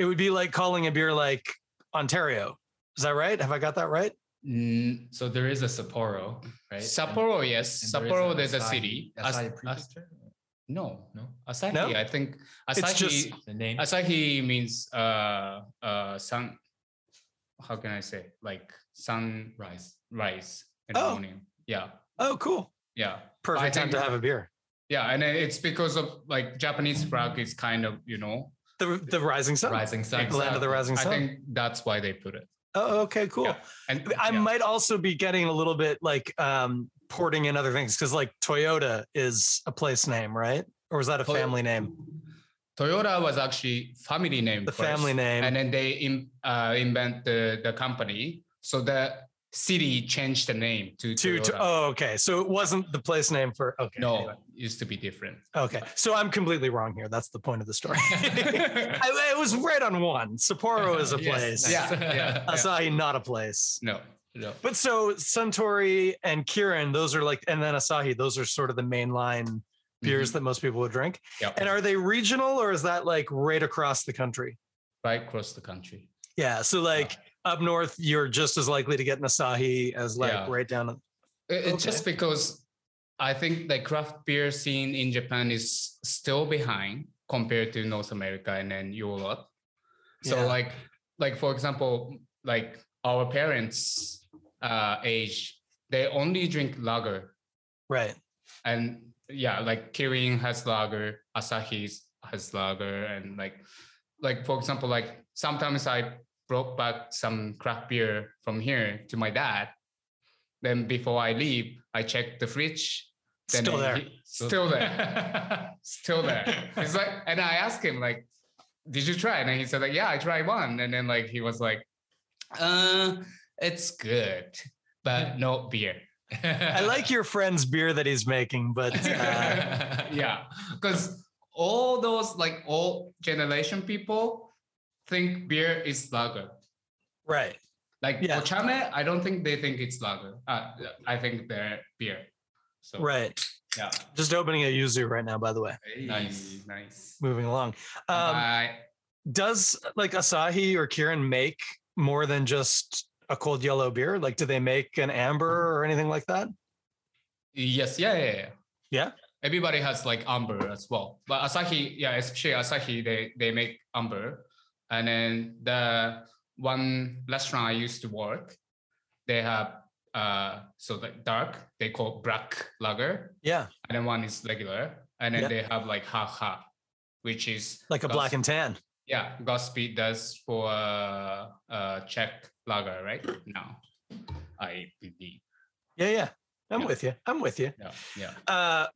A: It would be like calling a beer like Ontario. Is that right? Have I got that right?
B: Mm,
C: So there is a Sapporo, right? And-
B: Sapporo, yes.
C: and there is
B: Sapporo,
C: an
B: there's a
C: Asahi-
B: city. As-
C: Asahi
B: As-
C: prefecture?
B: no,
C: No,
B: Asahi.
A: No?
B: I think Asahi.
A: just-
C: the name.
B: Asahi means uh uh sun. How can I say like sun
C: Rice.
B: rise in the
A: Oh.
B: morning? Yeah,
A: Oh, cool.
B: yeah,
A: Perfect time to
B: think-
A: have a beer.
B: yeah. And then it's because of like Japanese flag is kind of you know
A: The the rising sun.
C: Rising Sun.
A: The Oh, Land of the Rising
B: I
A: Sun.
B: think that's why they put it.
A: Oh, okay, cool.
B: Yeah. And
A: I
B: yeah.
A: might also be getting a little bit like um porting in other things because like Toyota is a place name, right? Or is that a
B: Toy-
A: family name?
B: Toyota was actually family name.
A: The
B: first,
A: family name.
B: and then they in, uh, invent the the company. So the city changed the name to
A: to,
B: Toyota.
A: to oh okay so it wasn't the place name for okay
B: no,
A: anyway.
B: used to be different.
A: okay so i'm completely wrong here that's the point of the story I, I was right on one sapporo is a
C: Yes,
A: place
C: nice.
B: Uh-huh. Yeah, yeah.
A: asahi not a place
B: No, no.
A: but so suntory and kirin those are like and then asahi those are sort of the mainline beers
B: Mm-hmm.
A: that most people would drink
B: Yep.
A: and are they regional or is that like right across the country
B: right across the country.
A: yeah so like up north you're just as likely to get an asahi as like
B: Uh. Yeah.
A: right down
B: It- It's Uh, just because I think the craft beer scene in Japan is still behind compared to North America and then Europe. So
A: Yeah.
B: like like for example, like our parents uh age, they only drink lager.
A: right
B: And yeah, like Kirin has lager, Asahi has lager, and like like for example, like sometimes I brought back some craft beer from here to my dad. Then before I leave, I check the fridge. Then
A: Still
B: he-
A: there.
B: still there. Still there. It's like, and I asked him like, "Did you try?" And then he said like, "Yeah, I tried one." And then like he was like, "Uh, it's good, but no beer."
A: I like your friend's beer that he's making, but uh,
B: yeah because all those like all generation people think beer is lager
A: right.
B: like
A: Yeah.
B: ochame i don't think they think it's lager uh, i think they're beer so
A: Right.
B: yeah
A: Just opening a yuzu right now, by the way.
C: Nice.
B: Hey, nice
A: Moving along. Um,
C: Uh,
B: I,
A: does like Asahi or Kirin make more than just a cold yellow beer? Like, do they make an amber or anything like that?
B: yes yeah, yeah yeah
A: Yeah?
B: everybody has like amber as well but asahi yeah especially asahi they they make amber and then the one restaurant i used to work they have uh so like dark they call black lager
A: Yeah,
B: and then one is regular and then
A: Yeah.
B: they have like half half which is
A: like a
B: Gos-
A: black and tan.
B: yeah godspeed does for uh, uh czech lager right
A: Hmm.
B: now i believe
A: Yeah, yeah. I'm
B: Yeah.
A: with you. I'm with you.
B: yeah yeah
A: Uh,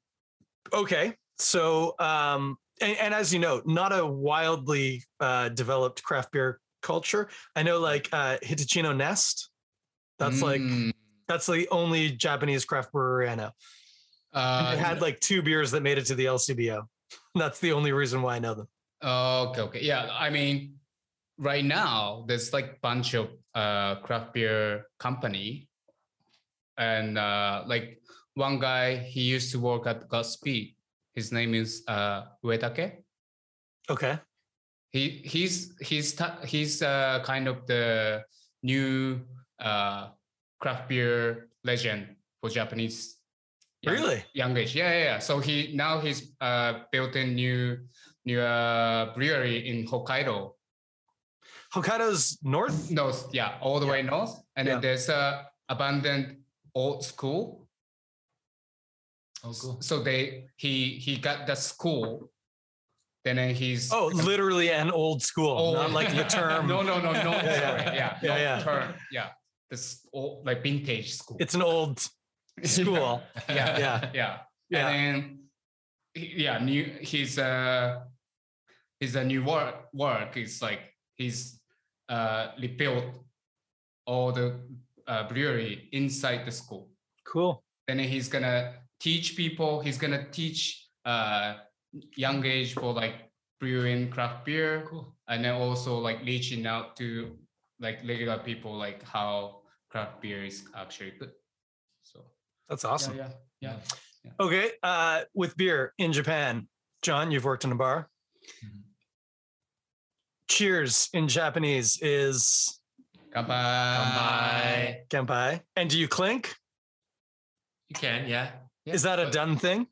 A: okay. So, um, and, and as you know, not a wildly uh, developed craft beer culture. I know, like uh, Hitachino Nest. That's like
B: Mm,
A: that's the only Japanese craft brewery I know.
B: uh,
A: it had like two beers that made it to the LCBO. That's the only reason why I know them.
B: oh, Okay, okay. Yeah, I mean, right now there's like bunch of uh craft beer company, and uh like one guy he used to work at Godspeed. His name is uh Uetake.
A: Okay.
B: He he's he's ta- he's uh kind of the new uh craft beer legend for Japanese. young-
A: Really?
B: Youngish, yeah, yeah, yeah. So he now he's uh, built a new new uh, brewery in Hokkaido.
A: Hokkaido's north.
B: North, yeah, all the way north. And
A: Yeah.
B: then there's a abandoned old school.
C: oh, cool.
B: So they he he got the school. Then uh, he's
A: Oh, literally an old school,
B: old-
A: not like the term.
B: Oh. no, no, no, no.
A: Yeah, yeah.
B: Sorry, yeah,
A: Yeah,
B: no
A: yeah.
B: Term, yeah. This old like vintage school.
A: It's an old school.
B: yeah,
A: Yeah.
B: yeah.
A: Yeah.
B: And then, he- yeah, new he's uh he's a new work work is like he's uh rebuilt all the uh, brewery inside the school.
A: Cool.
B: Then he's gonna teach people. He's gonna teach uh young age for like brewing craft beer,
C: Cool.
B: and then also like reaching out to like regular people like how craft beer is actually good. So
A: That's awesome.
B: yeah, yeah. yeah.
A: Okay. Uh, with beer in Japan, John, you've worked in a bar.
C: Mhm.
A: Cheers in Japanese is
B: Goodbye.
A: kenpai. And do you clink?
C: You can, yeah.
A: is that a
B: but-
A: dumb thing?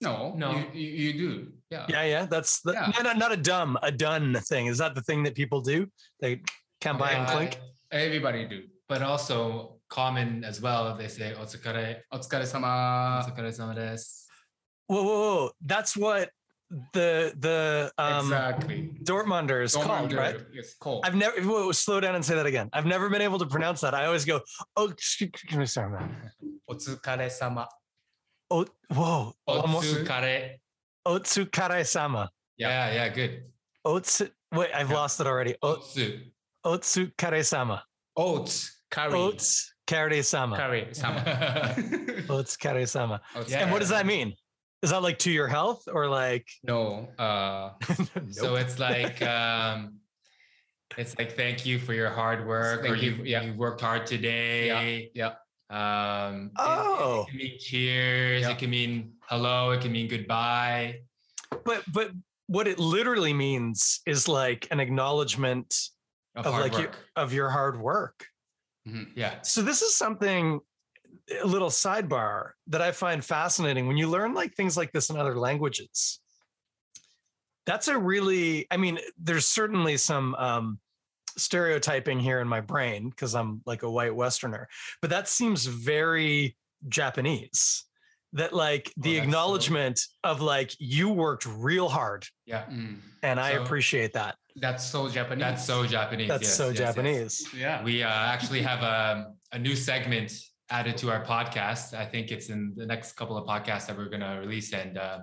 B: No,
C: No.
B: You, you, you do. Yeah.
A: Yeah, yeah. That's the,
B: Uh, Yeah.
A: no, no, not a dumb, a done thing. Is that the thing that people do? They kenpai and
C: Kenpai.
A: clink.
B: Everybody do.
C: But also common as well, they say otsukare,
B: Otsukare sama.
C: otsukare sama desu.
A: Whoa, whoa, whoa! That's what the the um,
B: uh, exactly.
A: Dortmunder is
B: Don't
A: called,
B: wonder.
A: right?
B: Yes, called.
A: I've never whoa, slow down and say that again. I've never been able to pronounce that. I always go, oh, excuse me, sorry, man.
B: Otsukare sama.
A: Oh, whoa, almost
C: Otsukare.
A: Otsukare sama.
C: Yeah, yeah, good.
A: Otsu, wait, I've
B: Yeah.
A: lost it already. O-
C: Otsu.
A: Otsukare sama.
B: Oats. Curry.
A: Otsukare sama.
B: Curry sama.
A: Otsukare sama.
B: Ots-
C: Yeah.
A: And what does that mean? Is that like to your health or like?
B: No. Uh,
C: So it's like um, it's like thank you for your hard work, or
B: Thank
C: you
B: you, yeah.
C: you worked hard today.
B: yeah.
C: Um, it-
A: Oh.
C: it, can mean cheers.
B: Yeah.
C: It can mean hello. It can mean goodbye.
A: but but what it literally means is like an acknowledgement
C: Of,
A: Of
C: hard
A: like you-
C: work.
A: of your hard work.
B: Mhm.
C: yeah.
A: So this is something a little sidebar that I find fascinating when you learn like things like this in other languages. That's a really I mean there's certainly some um stereotyping here in my brain because I'm like a white westerner, but that seems very Japanese that like
C: Oh, that's
A: the
C: so-
A: acknowledgement of like you worked real hard
C: Yeah.
B: Mm.
A: and i
C: So-
A: appreciate that
B: That's so Japanese.
C: That's so Japanese.
A: that's
C: yes,
A: so
C: yes, yes.
A: japanese
B: yeah.
C: We uh, actually have a, a new segment added to our podcast. I think it's in the next couple of podcasts that we're going to release. And uh,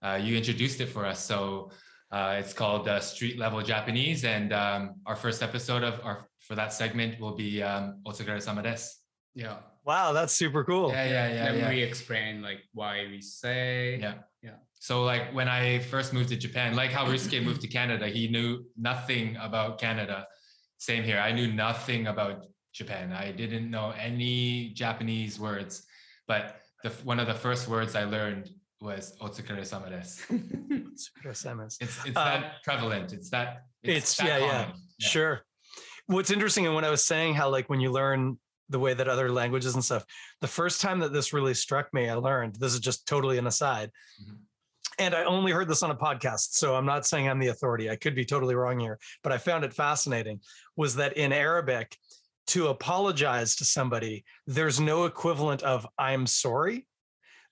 C: uh, you introduced it for us. So uh, it's called uh, Street Level Japanese. And um, our first episode of our for that segment will be um, Otsugare sama desu.
B: Yeah.
A: wow that's super cool
C: Yeah, yeah, yeah.
B: Then
C: yeah.
B: we explain like why we say.
C: Yeah.
B: Yeah.
C: So like when I first moved to Japan, like how Risuke moved to Canada, he knew nothing about Canada. Same here. I knew nothing about Japan. I didn't know any Japanese words, but the one of the first words I learned was otsukare sama desu.
A: Super SMS.
C: It's it's
A: Um,
C: that prevalent. It's that
A: it's- yeah, yeah. Sure. What's interesting, and when I was saying how, like, when you learn the way that other languages and stuff, the first time that this really struck me, I learned this is just totally an aside.
C: Mhm.
A: And I only heard this on a podcast. So I'm not saying I'm the authority. I could be totally wrong here, but I found it fascinating was that in Arabic, to apologize to somebody, there's no equivalent of I'm sorry.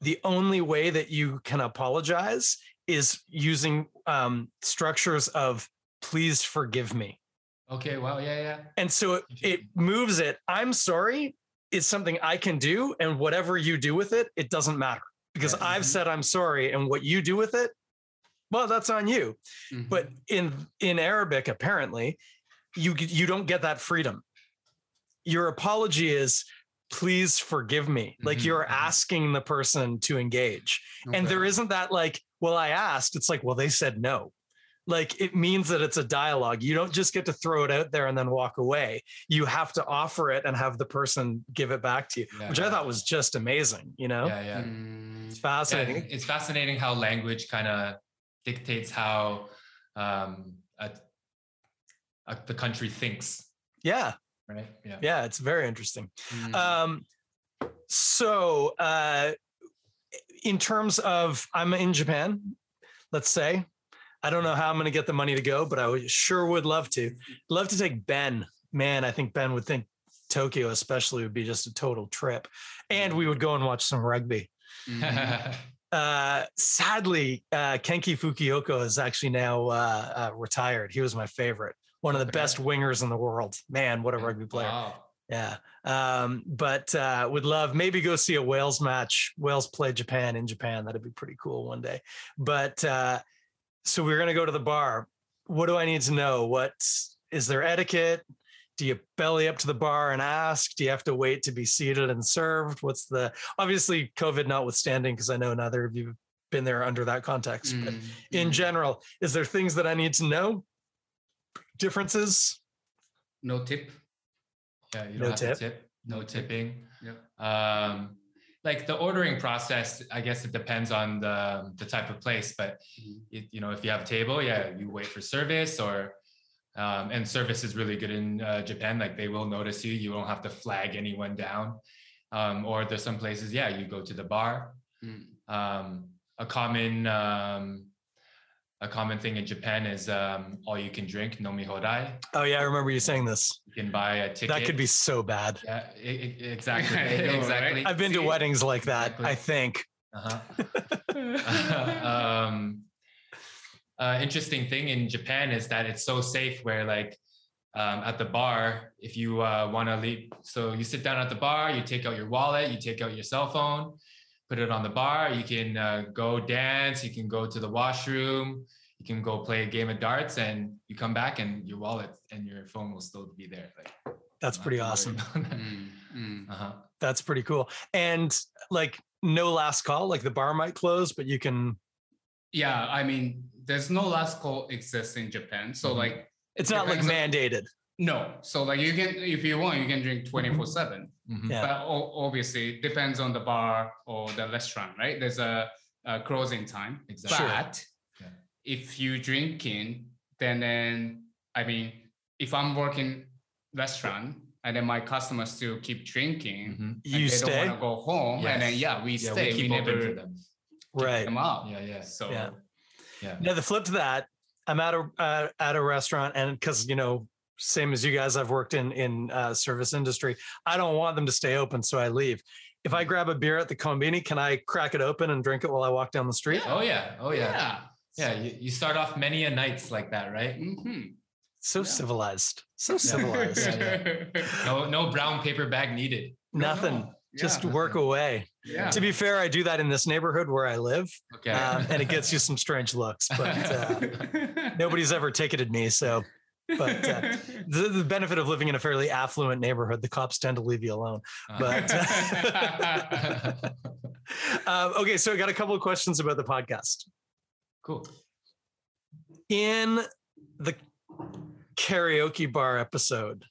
A: The only way that you can apologize is using um, structures of please forgive me.
C: Okay, well, yeah, yeah.
A: And so it, it moves it. I'm sorry is something I can do. And whatever you do with it, it doesn't matter because
C: Yeah.
A: I've said I'm sorry. And what you do with it, well, that's on you.
B: Mhm.
A: But in in Arabic, apparently, you g- you don't get that freedom. Your apology is please forgive me. Like
C: Mhm,
A: you're
C: mhm.
A: asking the person to engage. And there
B: Okay.
A: isn't that like, well, I asked. It's like, well, they said no. Like it means that it's a dialogue. You don't just get to throw it out there and then walk away. You have to offer it and have the person give it back to you,
C: Yeah.
A: which I thought was just amazing. You know,
C: Yeah, yeah.
B: Mm.
A: it's fascinating.
C: Yeah, it's fascinating how language kind of dictates how um, a, a, the country thinks,
A: Yeah,
C: right? Yeah.
A: yeah, it's very interesting.
B: Mm.
A: Um, so, uh, in terms of, I'm in Japan, let's say. I don't know how I'm going to get the money to go, but I would, sure would love to. Love to take Ben. Man, I think Ben would think Tokyo, especially, would be just a total trip. And we would go and watch some rugby.
B: Mm.
A: Uh, sadly, uh, Kenki Fukuyoko is actually now uh, uh, retired. He was my favorite, one of the
B: Okay.
A: best wingers in the world. Man, what a rugby player!
B: Wow.
A: Yeah. Um, but uh, would love maybe go see a Wales match. Wales play Japan in Japan. That'd be pretty cool one day. But uh, so we're gonna go to the bar. What do I need to know? What is there etiquette? Do you belly up to the bar and ask? Do you have to wait to be seated and served? What's the obviously COVID notwithstanding? Because I know neither of you have been there under that context. But
B: Mm.
A: in
B: Mm.
A: general, is there things that I need to know? Differences?
B: no tip.
C: Yeah, you don't
A: No
C: have
A: tip.
C: to tip. No
B: No tip.
C: tipping.
B: Yeah.
C: Um, like the ordering process, I guess it depends on the the type of place, but
B: Mhm.
A: Mm-hmm.
C: it, you know, if you have a table, yeah, you wait for service or um, and service is really good in uh, Japan. Like they will notice you. You don't have to flag anyone down. Um, or there's some places, yeah, you go to the bar.
B: Mm.
C: Um, a common um, a common thing in Japan is um, all you can drink, nomi hodai.
A: Oh yeah, I remember you saying this.
C: You can buy a ticket.
A: That could be so bad.
C: Yeah, e- e- exactly.
B: I know, right?
C: exactly.
A: I've been to
B: See?
A: weddings like that, I
C: Exactly.
A: think.
C: Uh-huh. um, uh, interesting thing in Japan is that it's so safe where like um, at the bar, if you uh, want to leave, so you sit down at the bar, you take out your wallet, you take out your cell phone, put it on the bar. You can uh, go dance, you can go to the washroom, you can go play a game of darts, and you come back and your wallet and your phone will still be there. Like,
A: That's
C: not
A: pretty
C: to worry
A: awesome.
C: about that.
B: Mm. Mm.
C: Uh-huh.
A: That's pretty cool. And like no last call, like the bar might close, but you can
B: Yeah, I mean, there's no last call exists in Japan. So
C: Mhm.
B: like
A: it's not like
B: Depends
A: mandated.
B: no. So like you can if you want, you can drink 24/7.
C: Mhm.
A: Yeah.
B: But o- obviously it depends on the bar or the restaurant, right? There's a, a closing time.
C: Exactly.
A: Sure.
B: But
C: Yeah.
B: if you drinking, then then I mean, if I'm working restaurant and then my customers still keep drinking,
C: Mhm.
B: and
A: Mm-hmm. You
B: they
A: stay.
B: don't want to go home, and then
C: Yes.
B: yeah, we
C: Yeah,
B: stay.
C: we
B: We,
C: keep open
B: never
C: for
B: kick
C: them.
A: Right.
B: them out.
C: Yeah, yeah.
B: So
A: Yeah.
C: Yeah.
A: Now the flip to that, I'm at a uh, at a restaurant, and because you know, same as you guys, I've worked in in uh, service industry. I don't want them to stay open, so I leave. if
B: Mm.
A: I grab a beer at the Konbini, can I crack it open and drink it while I walk down the street?
C: Oh yeah. Oh yeah. Yeah. you, you start off many a nights like that, right?
B: Mhm.
A: So
B: Yeah.
A: civilized. So civilized.
C: Yeah, No, no brown paper bag needed.
A: Nothing. Just work away.
B: Yeah.
A: To be fair, I do that in this neighborhood where I live,
C: Okay.
A: um, and it gets you some strange looks. But uh, nobody's ever ticketed me, so but, uh, the, the benefit of living in a fairly affluent neighborhood, the cops tend to leave you alone.
B: Uh-huh.
A: but- uh, Um, okay, so I got a couple of questions about the podcast.
C: cool.
A: In the karaoke bar episode,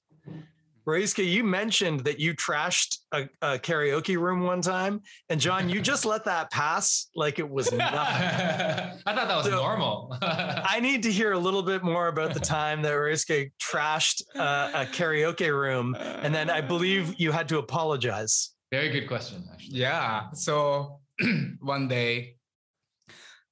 A: Raiska, you mentioned that you trashed a, a karaoke room one time, and John, you just let that pass like it was nothing.
C: I thought that was
A: So-
C: normal.
A: I need to hear a little bit more about the time that Raiska trashed uh, a karaoke room, and then I believe you had to apologize.
C: Very good question, actually.
B: Yeah. So one day,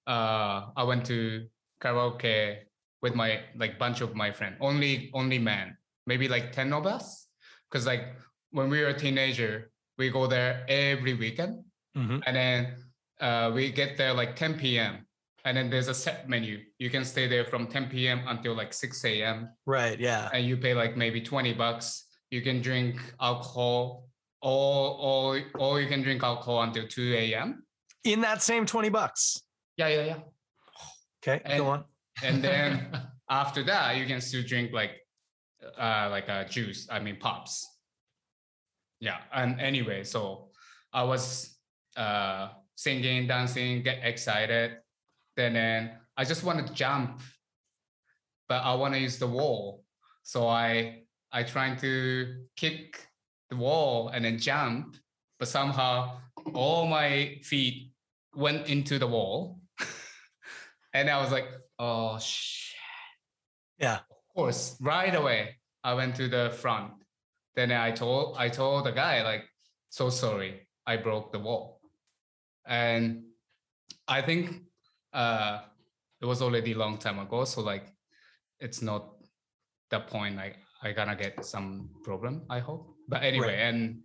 B: uh, I went to karaoke with my like bunch of my friend, only only man, maybe like ten of us, because like when we were a teenager, we go there every weekend,
A: Mhm.
B: and then uh, we get there like 10 p.m. and then there's a set menu. You can stay there from 10 p.m. until like 6 a.m
A: Right? Yeah.
B: and you pay like maybe 20 bucks you can drink alcohol all all all you can drink alcohol until 2 a.m
A: In that same twenty bucks.
C: Yeah, yeah, yeah.
A: Okay,
B: And-
A: go on.
B: and then after that you can still drink like uh like a juice i mean pops yeah and anyway so i was uh singing dancing get excited then then i just want to jump but i want to use the wall so i i trying to kick the wall and then jump but somehow all my feet went into the wall and i was like oh shit.
A: Yeah.
B: Of course, right away I went to the front. Then I told I told the guy like, so sorry, I broke the wall, and I think uh, it was already a long time ago. So like, it's not the point. Like I gonna get some problem. I hope. But anyway, and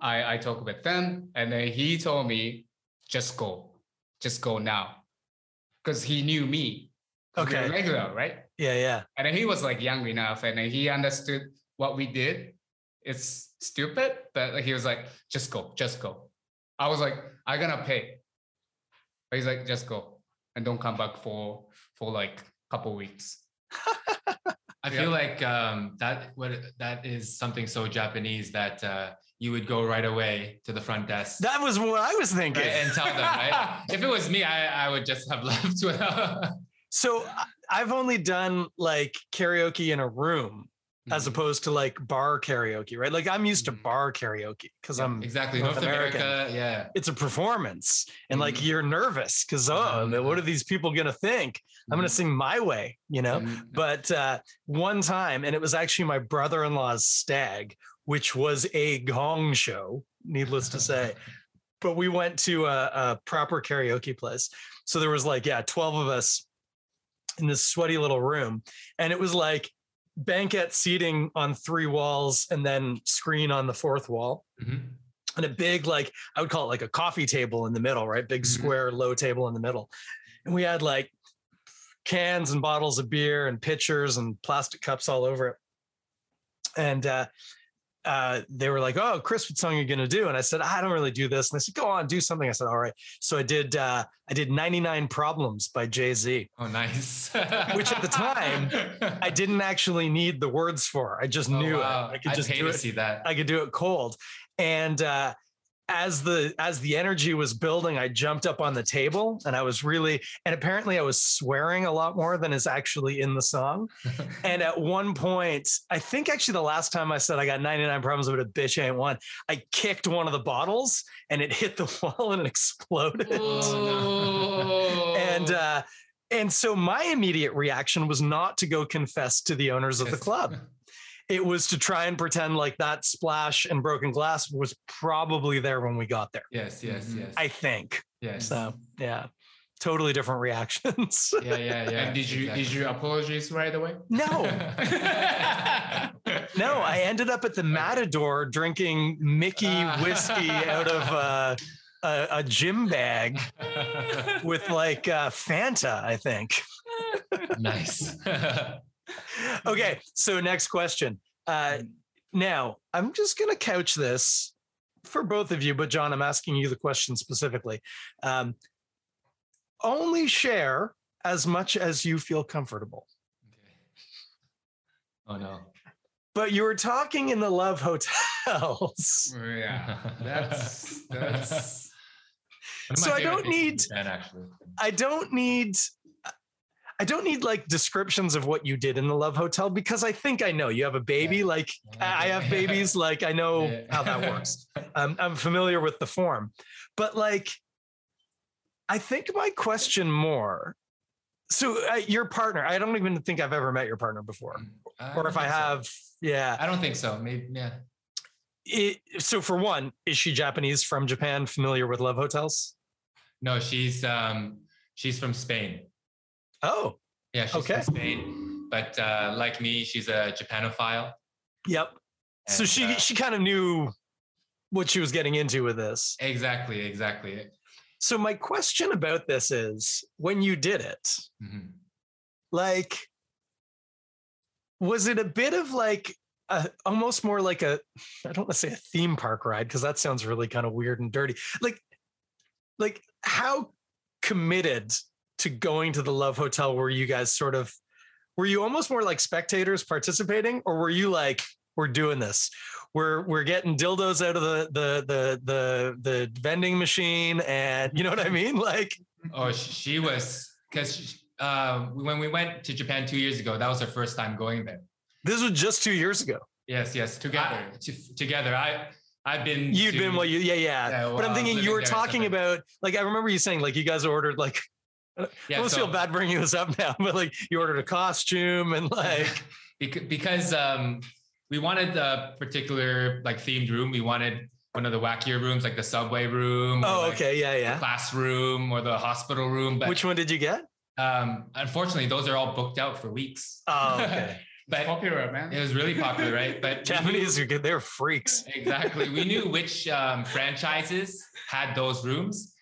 B: I I talk with them, and then he told me just go, just go now, because he knew me. 'Cause we're
A: Okay.
B: Regular, right?
A: Yeah, yeah.
B: And then he was like young enough and then he understood what we did. It's stupid, but he was like, just go, just go. I was like, I'm gonna pay. But he's like, just go and don't come back for for like couple weeks.
C: I
B: Yeah.
C: feel like um, that what that is something so Japanese that uh, you would go right away to the front desk
A: That was what I was
C: right,
A: thinking.
C: and tell them. Right? if it was me, I, I would just have left. without-
A: So I- I've only done like karaoke in a room as opposed to like bar karaoke, right? Like I'm used to
B: Mhm.
A: bar karaoke because I'm
C: exactly
A: North
C: North America. Yeah,
A: it's a performance and like
B: Mhm.
A: you're nervous because oh
C: Mhm.
A: what are these people gonna think? I'm gonna sing my way, you know? But uh, one time, and it was actually my brother in law's stag, which was a gong show, needless to say. but we went to a, a proper karaoke place. So there was like, yeah, 12 of us in this sweaty little room. And it was like banquette seating on three walls and then screen on the fourth wall
B: mm-hmm.
C: Mhm.
A: and a big like I would call it like a coffee table in the middle, right? Big
B: Mhm.
C: Mm-hmm.
A: square low table in the middle. And we had like cans and bottles of beer and pitchers and plastic cups all over it. And uh uh, they were like, "Oh, Chris, what song are you gonna do?" And I said, "I don't really do this." And they said, "Go on, do something." I said, "All right." So I did. Uh, I did "99 Problems" by Jay Z.
C: Oh, nice.
A: Which at the time, I didn't actually need the words for. I just
C: Oh,
A: knew
C: wow.
A: it. I could
C: I'd
A: just
C: pay
A: do
C: to
A: it.
C: see that.
A: I could do it cold. And uh, as the as the energy was building, I jumped up on the table and I was really and apparently I was swearing a lot more than is actually in the song. and at one point, I think actually the last time I said I got 99 problems but a bitch ain't one, I kicked one of the bottles and it hit the wall and it exploded.
B: Oh, no.
A: And uh and so my immediate reaction was not to go confess to the owners of the
C: Yes.
A: club it was to try and pretend like that splash and broken glass was probably there when we got there.
C: Yes, yes,
B: Mhm.
C: yes.
A: I think
C: yes.
A: so. Yeah, totally different reactions.
C: Yeah, yeah, yeah.
B: and did you did you apologize right away?
A: no, no, I ended up at the Matador drinking Mickey
C: Ah.
A: whiskey out of uh, a, a gym bag with like uh, Fanta, I think.
C: nice.
A: Okay, so next question. Uh, now, I'm just going to couch this for both of you, but John, I'm asking you the question specifically. Um, only share as much as you feel comfortable.
C: Oh no.
A: But you were talking in the love
B: Hmm.
A: hotels.
B: yeah, that's that's
C: One of my
A: So I
C: favorite
A: don't
C: things in
A: need-
C: Japan, actually.
A: I don't need. I don't need like descriptions of what you did in the love hotel because I think I know you have a baby.
C: Yeah.
A: Like I I have babies. Like I know
C: Yeah.
A: how that works. I'm, I'm familiar with the form. But like, I think my question more. So uh, your partner, I don't even think I've ever met your partner before, or
C: don't
A: if I
C: think so.
A: have, yeah.
C: I don't think so. Maybe yeah.
A: It, so for one, is she Japanese from Japan, familiar with love hotels?
C: No, she's um she's from Spain.
A: Oh,
C: Yeah, she's
A: Okay.
C: from Spain. But uh, like me, she's a Japanophile.
A: yep. so
C: and,
A: she
C: uh,
A: she kind of knew what she was getting into with this.
C: exactly, exactly.
A: So my question about this is, when you did it,
C: Mhm.
A: like was it a bit of like a, almost more like a i don't want to say a theme park ride because that sounds really kind of weird and dirty like like how committed to going to the love hotel were you guys sort of were you almost more like spectators participating or were you like we're doing this we're we're getting dildos out of the the the the, the vending machine and you know what i mean like
C: Oh, sh- she was because uh, when we went to Japan two years ago, that was her first time going there.
A: this was just two years ago
C: Yes, yes, together,
B: Together.
C: to- together. I I've been.
A: You'd
C: to-
A: Ah. been well, you, yeah, yeah.
C: Yeah, well,
A: but
C: I
A: I'm
C: was
A: thinking you
C: living
A: were
C: there,
A: talking
C: so-
A: about like I remember you saying like you guys ordered like I
C: Yeah,
A: almost
C: so-
A: feel bad bringing this up now, but like you ordered a costume and like
C: Bec- because um, we wanted a particular like themed room. We wanted one of the wackier rooms, like the subway room. or,
A: oh
C: like,
A: okay yeah
C: the
A: yeah.
C: classroom or the hospital room. But
A: Which one did you get?
C: um, unfortunately, those are all booked out for weeks.
A: Oh okay.
C: but
B: popular, man.
C: it was really popular, right? But we knew-
A: Japanese are good. They're freaks.
C: exactly. We knew which um, franchises had those rooms,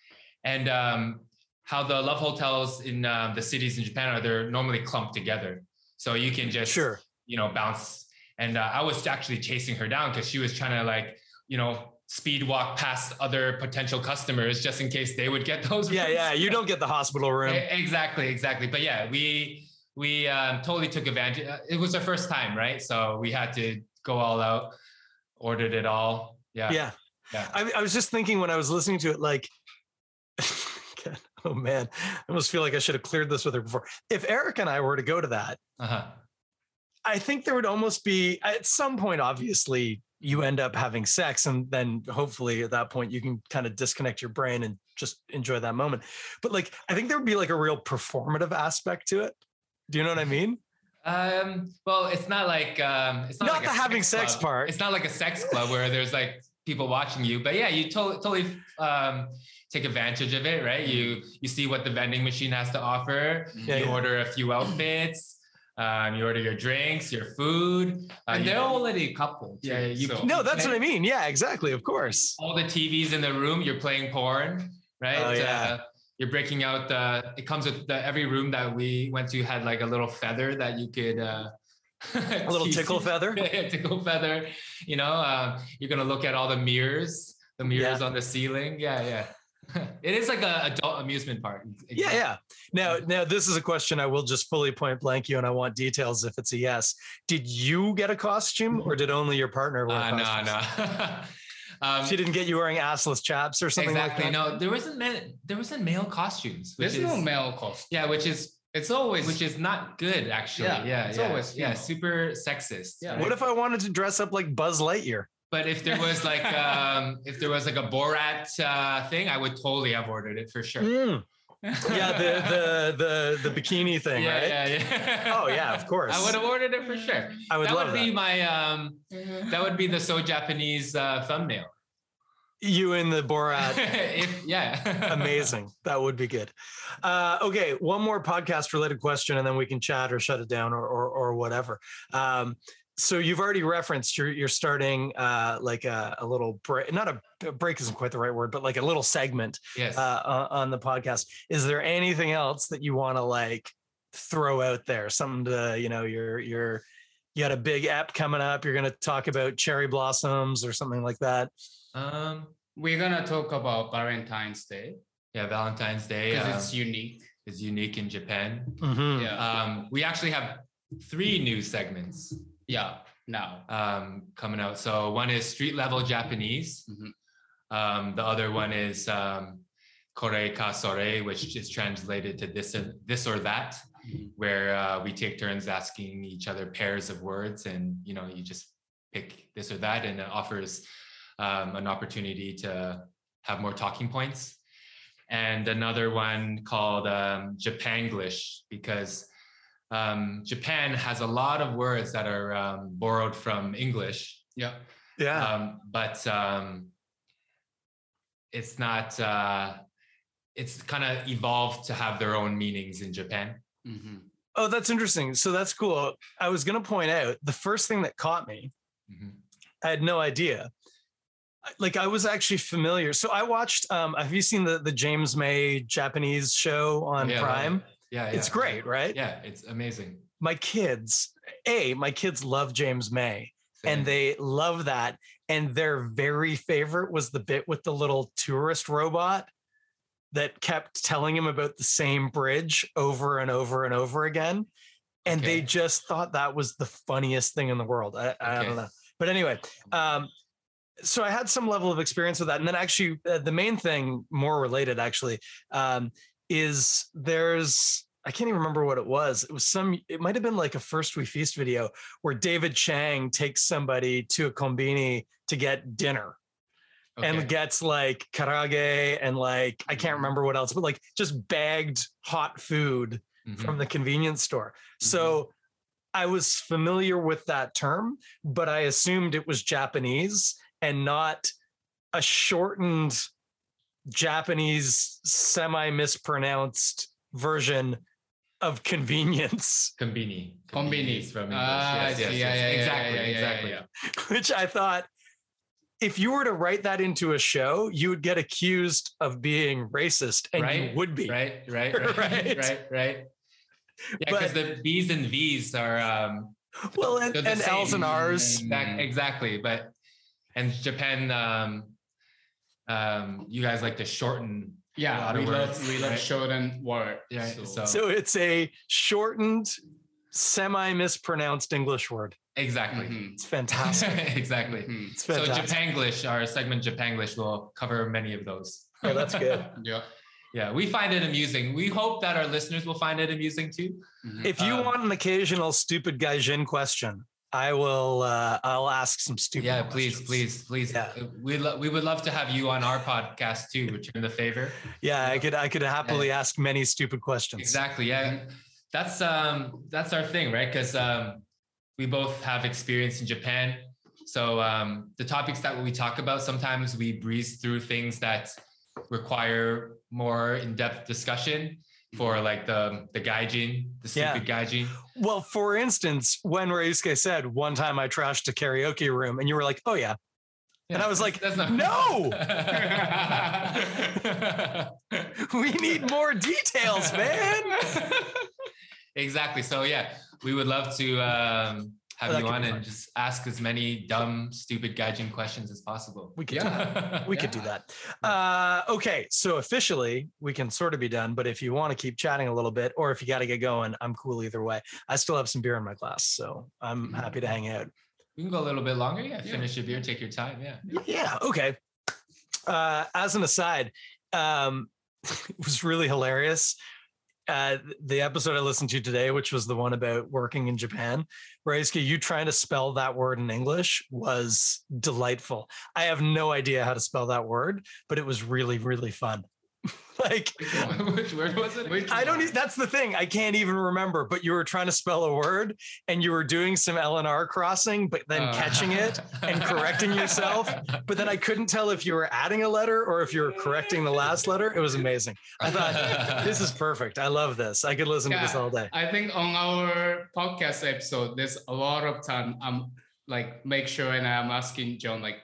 C: and um, how the love hotels in um the cities in Japan are. They're normally clumped together, so you can just
A: Sure.
C: you know bounce. And uh, I was actually chasing her down because she was trying to like you know speed walk past other potential customers just in case they would get those.
A: Yeah
C: rooms.
A: yeah. You don't get the hospital room.
C: E- Exactly, exactly. But yeah, we we um, totally took advantage. uh, It was our first time, right? So we had to go all out, ordered it all. Yeah,
A: Yeah.
C: Yeah.
A: I, I was just thinking when I was listening to it, like, God, oh man, I almost feel like I should have cleared this with her before. If Eric and I were to go to that,
C: Uh-huh.
A: I think there would almost be at some point, obviously, you end up having sex, and then hopefully at that point you can kind of disconnect your brain and just enjoy that moment. But like, I think there would be like a real performative aspect to it. Do you know what I mean?
C: Um, well, it's not like um, it's not,
A: Not
C: like a
A: the having sex
C: club.
A: part.
C: It's not like a sex club where there's like people watching you. But yeah, you to- totally um, take advantage of it, right? You you see what the vending machine has to offer.
A: Yeah,
C: you
A: yeah.
C: order a few outfits. Um, you order your drinks, your food, uh,
B: And
C: you-
B: they're already coupled.
C: Yeah, you-
B: so-
A: No, that's what I mean. Yeah, exactly. Of course.
C: all the TVs in the room, you're playing porn, right?
A: Oh, yeah.
C: uh, you're breaking out the, it comes with the, every room that we went to had like a little feather that you could, uh,
A: A little tickle feather.
C: feather. tickle feather. You know, um, you're going to look at all the mirrors, the mirrors on the ceiling. Yeah, yeah. it is like a adult amusement park.
A: Yeah,
C: Exactly.
A: yeah. Now, now this is a question I will just fully point blank you, and I want details if it's a yes. Did you get a costume, or did only your partner wear?
C: Uh,
A: costumes?
C: no, no. um,
A: She didn't get you wearing assless chaps or something
C: exactly.
A: like that.
C: no, there wasn't, men, there wasn't male costumes. Which
B: There's
C: is,
B: no male cost.
C: Yeah, which is
B: It's always
C: which is not good actually.
B: Yeah,
C: Yeah, yeah,
B: it's
C: yeah.
B: always female.
C: super sexist.
B: Yeah.
C: right?
A: What if I wanted to dress up like Buzz Lightyear?
C: but if there was like um if there was like a Borat uh thing, I would totally have ordered it for sure.
A: Mm. Yeah, the the the the bikini thing,
C: yeah,
A: right?
C: yeah, yeah.
A: Oh, yeah, of course.
C: I would have ordered it for sure.
A: I would
C: that
A: love
C: would be my um that would be the so Japanese uh thumbnail.
A: You in the Borat.
C: If- yeah.
A: Amazing. That would be good. Uh, okay, one more podcast related question, and then we can chat or shut it down or or, or whatever. Um, so you've already referenced you're you're starting uh, like a, a little break. Not a, a break isn't quite the right word, but like a little segment
C: yes.
A: uh, uh, on the podcast. Is there anything else that you want to like throw out there? Something to you know you're you're you got a big app coming up. You're going to talk about cherry blossoms or something like that.
C: um.
B: We're gonna talk about Valentine's Day
C: Yeah. Valentine's Day
B: because
C: um,
B: it's unique.
C: is unique in Japan.
A: Mhm.
B: Yeah,
C: Um, we actually have three new segments
B: yeah. Now,
C: um, coming out. So one is street level Japanese.
A: Mm-hmm.
B: Mhm.
C: Um, the other one is um, Kore ka sore, which is translated to this and this or that,
B: Mhm.
C: where uh, we take turns asking each other pairs of words, and you know you just pick this or that, and it offers um, an opportunity to have more talking points. And another one called um, Japanglish because um, Japan has a lot of words that are um, borrowed from English,
B: yeah,
A: Yeah.
C: um, but um, it's not. Uh, it's kind of evolved to have their own meanings in Japan.
B: Mhm.
A: Oh, that's interesting. So that's cool. I was going to point out the first thing that caught me,
C: Mhm.
A: I had no idea. Like I was actually familiar. So I watched um have you seen the the James May Japanese show on
C: Yeah,
A: Prime?
C: Yeah,
A: It's
C: yeah.
A: great, right?
C: Yeah, it's amazing.
A: My kids, A, my kids love James May
C: Same.
A: and they love that and their very favorite was the bit with the little tourist robot that kept telling him about the same bridge over and over and over again and they
C: Okay.
A: just thought that was the funniest thing in the world i, I don't
C: Okay.
A: know but anyway um, so i had some level of experience with that and then actually uh, the main thing more related actually um, is there's i can't even remember what it was it was some it might have been like a first we feast video where david chang takes somebody to a kombini to get dinner
C: Okay. Mm-hmm.
A: and gets like karage and like i can't remember what else but like just bagged hot food
C: Mhm.
A: from the convenience store.
C: Mm-hmm.
A: So I was familiar with that term, but I assumed it was Japanese and not a shortened Japanese semi mispronounced version of convenience,
C: Kombini.
B: Kombini.
C: is from English.
B: Ah, I
C: yes, yes,
B: see.
C: yes.
B: Yeah, yeah, yeah,
C: exactly,
B: yeah, yeah, yeah,
C: exactly.
B: yeah.
A: which I thought if you were to write that into a show, you would get accused of being racist and
C: Right,
A: you would be.
C: Right, right, right,
A: Right.
C: right, right, Yeah, because
A: But-
C: the B's and V's are um,
A: Well, and,
C: they're the
A: and L's
C: same.
A: and R's.
C: Exact- exactly, but and Japan, um, um, you guys like to shorten. A
B: yeah.
C: lot of
B: We love
C: words,
B: we love
C: right?
B: shortened word.
C: Yeah, so-
A: So it's a shortened, semi mispronounced English word.
C: Exactly,
B: Mhm.
A: It's fantastic.
C: Mm-hmm. exactly.
B: Mhm.
A: It's
C: So
A: Mm-hmm. fantastic.
C: Japanglish, our segment Japanglish will cover many of those.
A: Oh, that's good.
B: Yeah.
C: yeah, we find it amusing. We hope that our listeners will find it amusing too.
B: Mhm.
A: if you
C: um,
A: want an occasional stupid gaijin question, I will. Uh, I'll ask some stupid.
C: Yeah, please,
A: questions.
C: please, please.
A: Yeah.
C: Uh, We lo- we would love to have you on our podcast too. Return the favor.
A: Yeah, I could. I could happily ask many stupid questions.
C: Exactly. Yeah, that's um that's our thing, right? Because um we both have experience in Japan, so um the topics that we talk about sometimes we breeze through things that require more in depth discussion for like the the gaijin, the
A: Yeah.
C: stupid gaijin.
A: Well, for instance, when Ryusuke said one time I trashed a karaoke room, and you were like, "Oh yeah," And I was like,
C: that's
A: "No!" we need more details, man.
C: exactly. So yeah, we would love to um, have
A: That
C: you
A: could be
C: on
A: fun.
C: and just ask as many dumb, stupid gaijin questions as possible.
A: We could do
C: Yeah.
A: we could do that. Uh, okay, so officially we can sort of be done, but if you want to keep chatting a little bit, or if you got to get going, I'm cool either way. I still have some beer in my glass, so
C: Mm.
A: I'm happy to hang out.
C: we can go a little bit longer. Yeah,
B: Yeah.
C: finish your beer, take your time. Yeah.
A: Yeah, okay. Uh, as an aside, um, it was really hilarious. Uh, the episode I listened to today, which was the one about working in Japan, Raiska, you trying to spell that word in English was delightful. I have no idea how to spell that word, but it was really, really fun. like
C: Which word was it? Which
A: I don't.
C: word?
A: e- That's the thing. I can't even remember. But you were trying to spell a word, and you were doing some L and R crossing, but then
C: Uh,
A: catching it. and correcting yourself. But then I couldn't tell if you were adding a letter or if you were correcting the last letter. It was amazing. I thought this is perfect. I love this. I could listen to this
B: Yeah.
A: all day.
B: I think on our podcast episode, there's a lot of time I'm like make sure and I'm asking John like,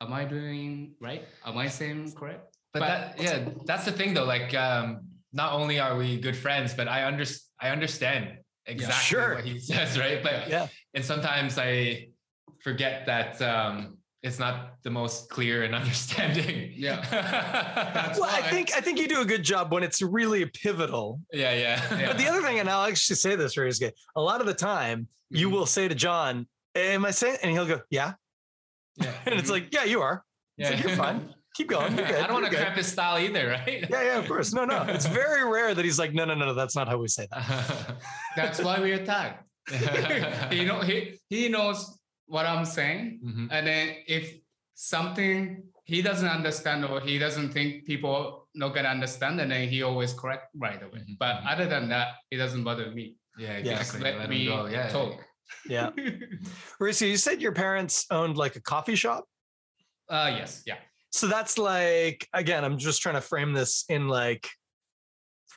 B: am I doing right? Am I saying correct?
C: but,
B: But-
C: that yeah that's the thing though like um not only are we good friends but i under i understand exactly
A: Sure.
C: what he says right but
A: Yeah.
C: and sometimes i forget that um it's not the most clear and understanding
B: Yeah.
C: yeah
B: That's
A: Well, I
B: why-
A: think I think you do a good job when it's really pivotal.
C: yeah yeah
A: But the other thing, and I'll actually say this, Rizke, a lot of the time you
B: Mhm.
A: will say to John, "Am I saying?" And he'll go, "Yeah."
C: Yeah.
A: And it's like, "Yeah, you are. It's like, you're fine. Keep going. You're good.
C: i don't want
A: You're
C: to
A: good."
C: cramp his style either right
A: Yeah, yeah, of course. No, no. It's very rare that he's like, "No, no, no, no. That's not how we say that."
B: That's why we are tagged. he know he he knows what I'm saying.
C: Mhm.
B: And then if something he doesn't understand or he doesn't think people not gonna understand, and then he always correct right away.
C: Mhm.
B: But other than that, it doesn't bother me.
C: yeah
A: Yeah.
B: Just
C: exactly
B: let,
C: him
B: me
C: go. yeah
B: talk.
A: Yeah. Marissa, you said your parents owned like a coffee shop.
B: Uh yes, yeah.
A: So that's like, again, I'm just trying to frame this in like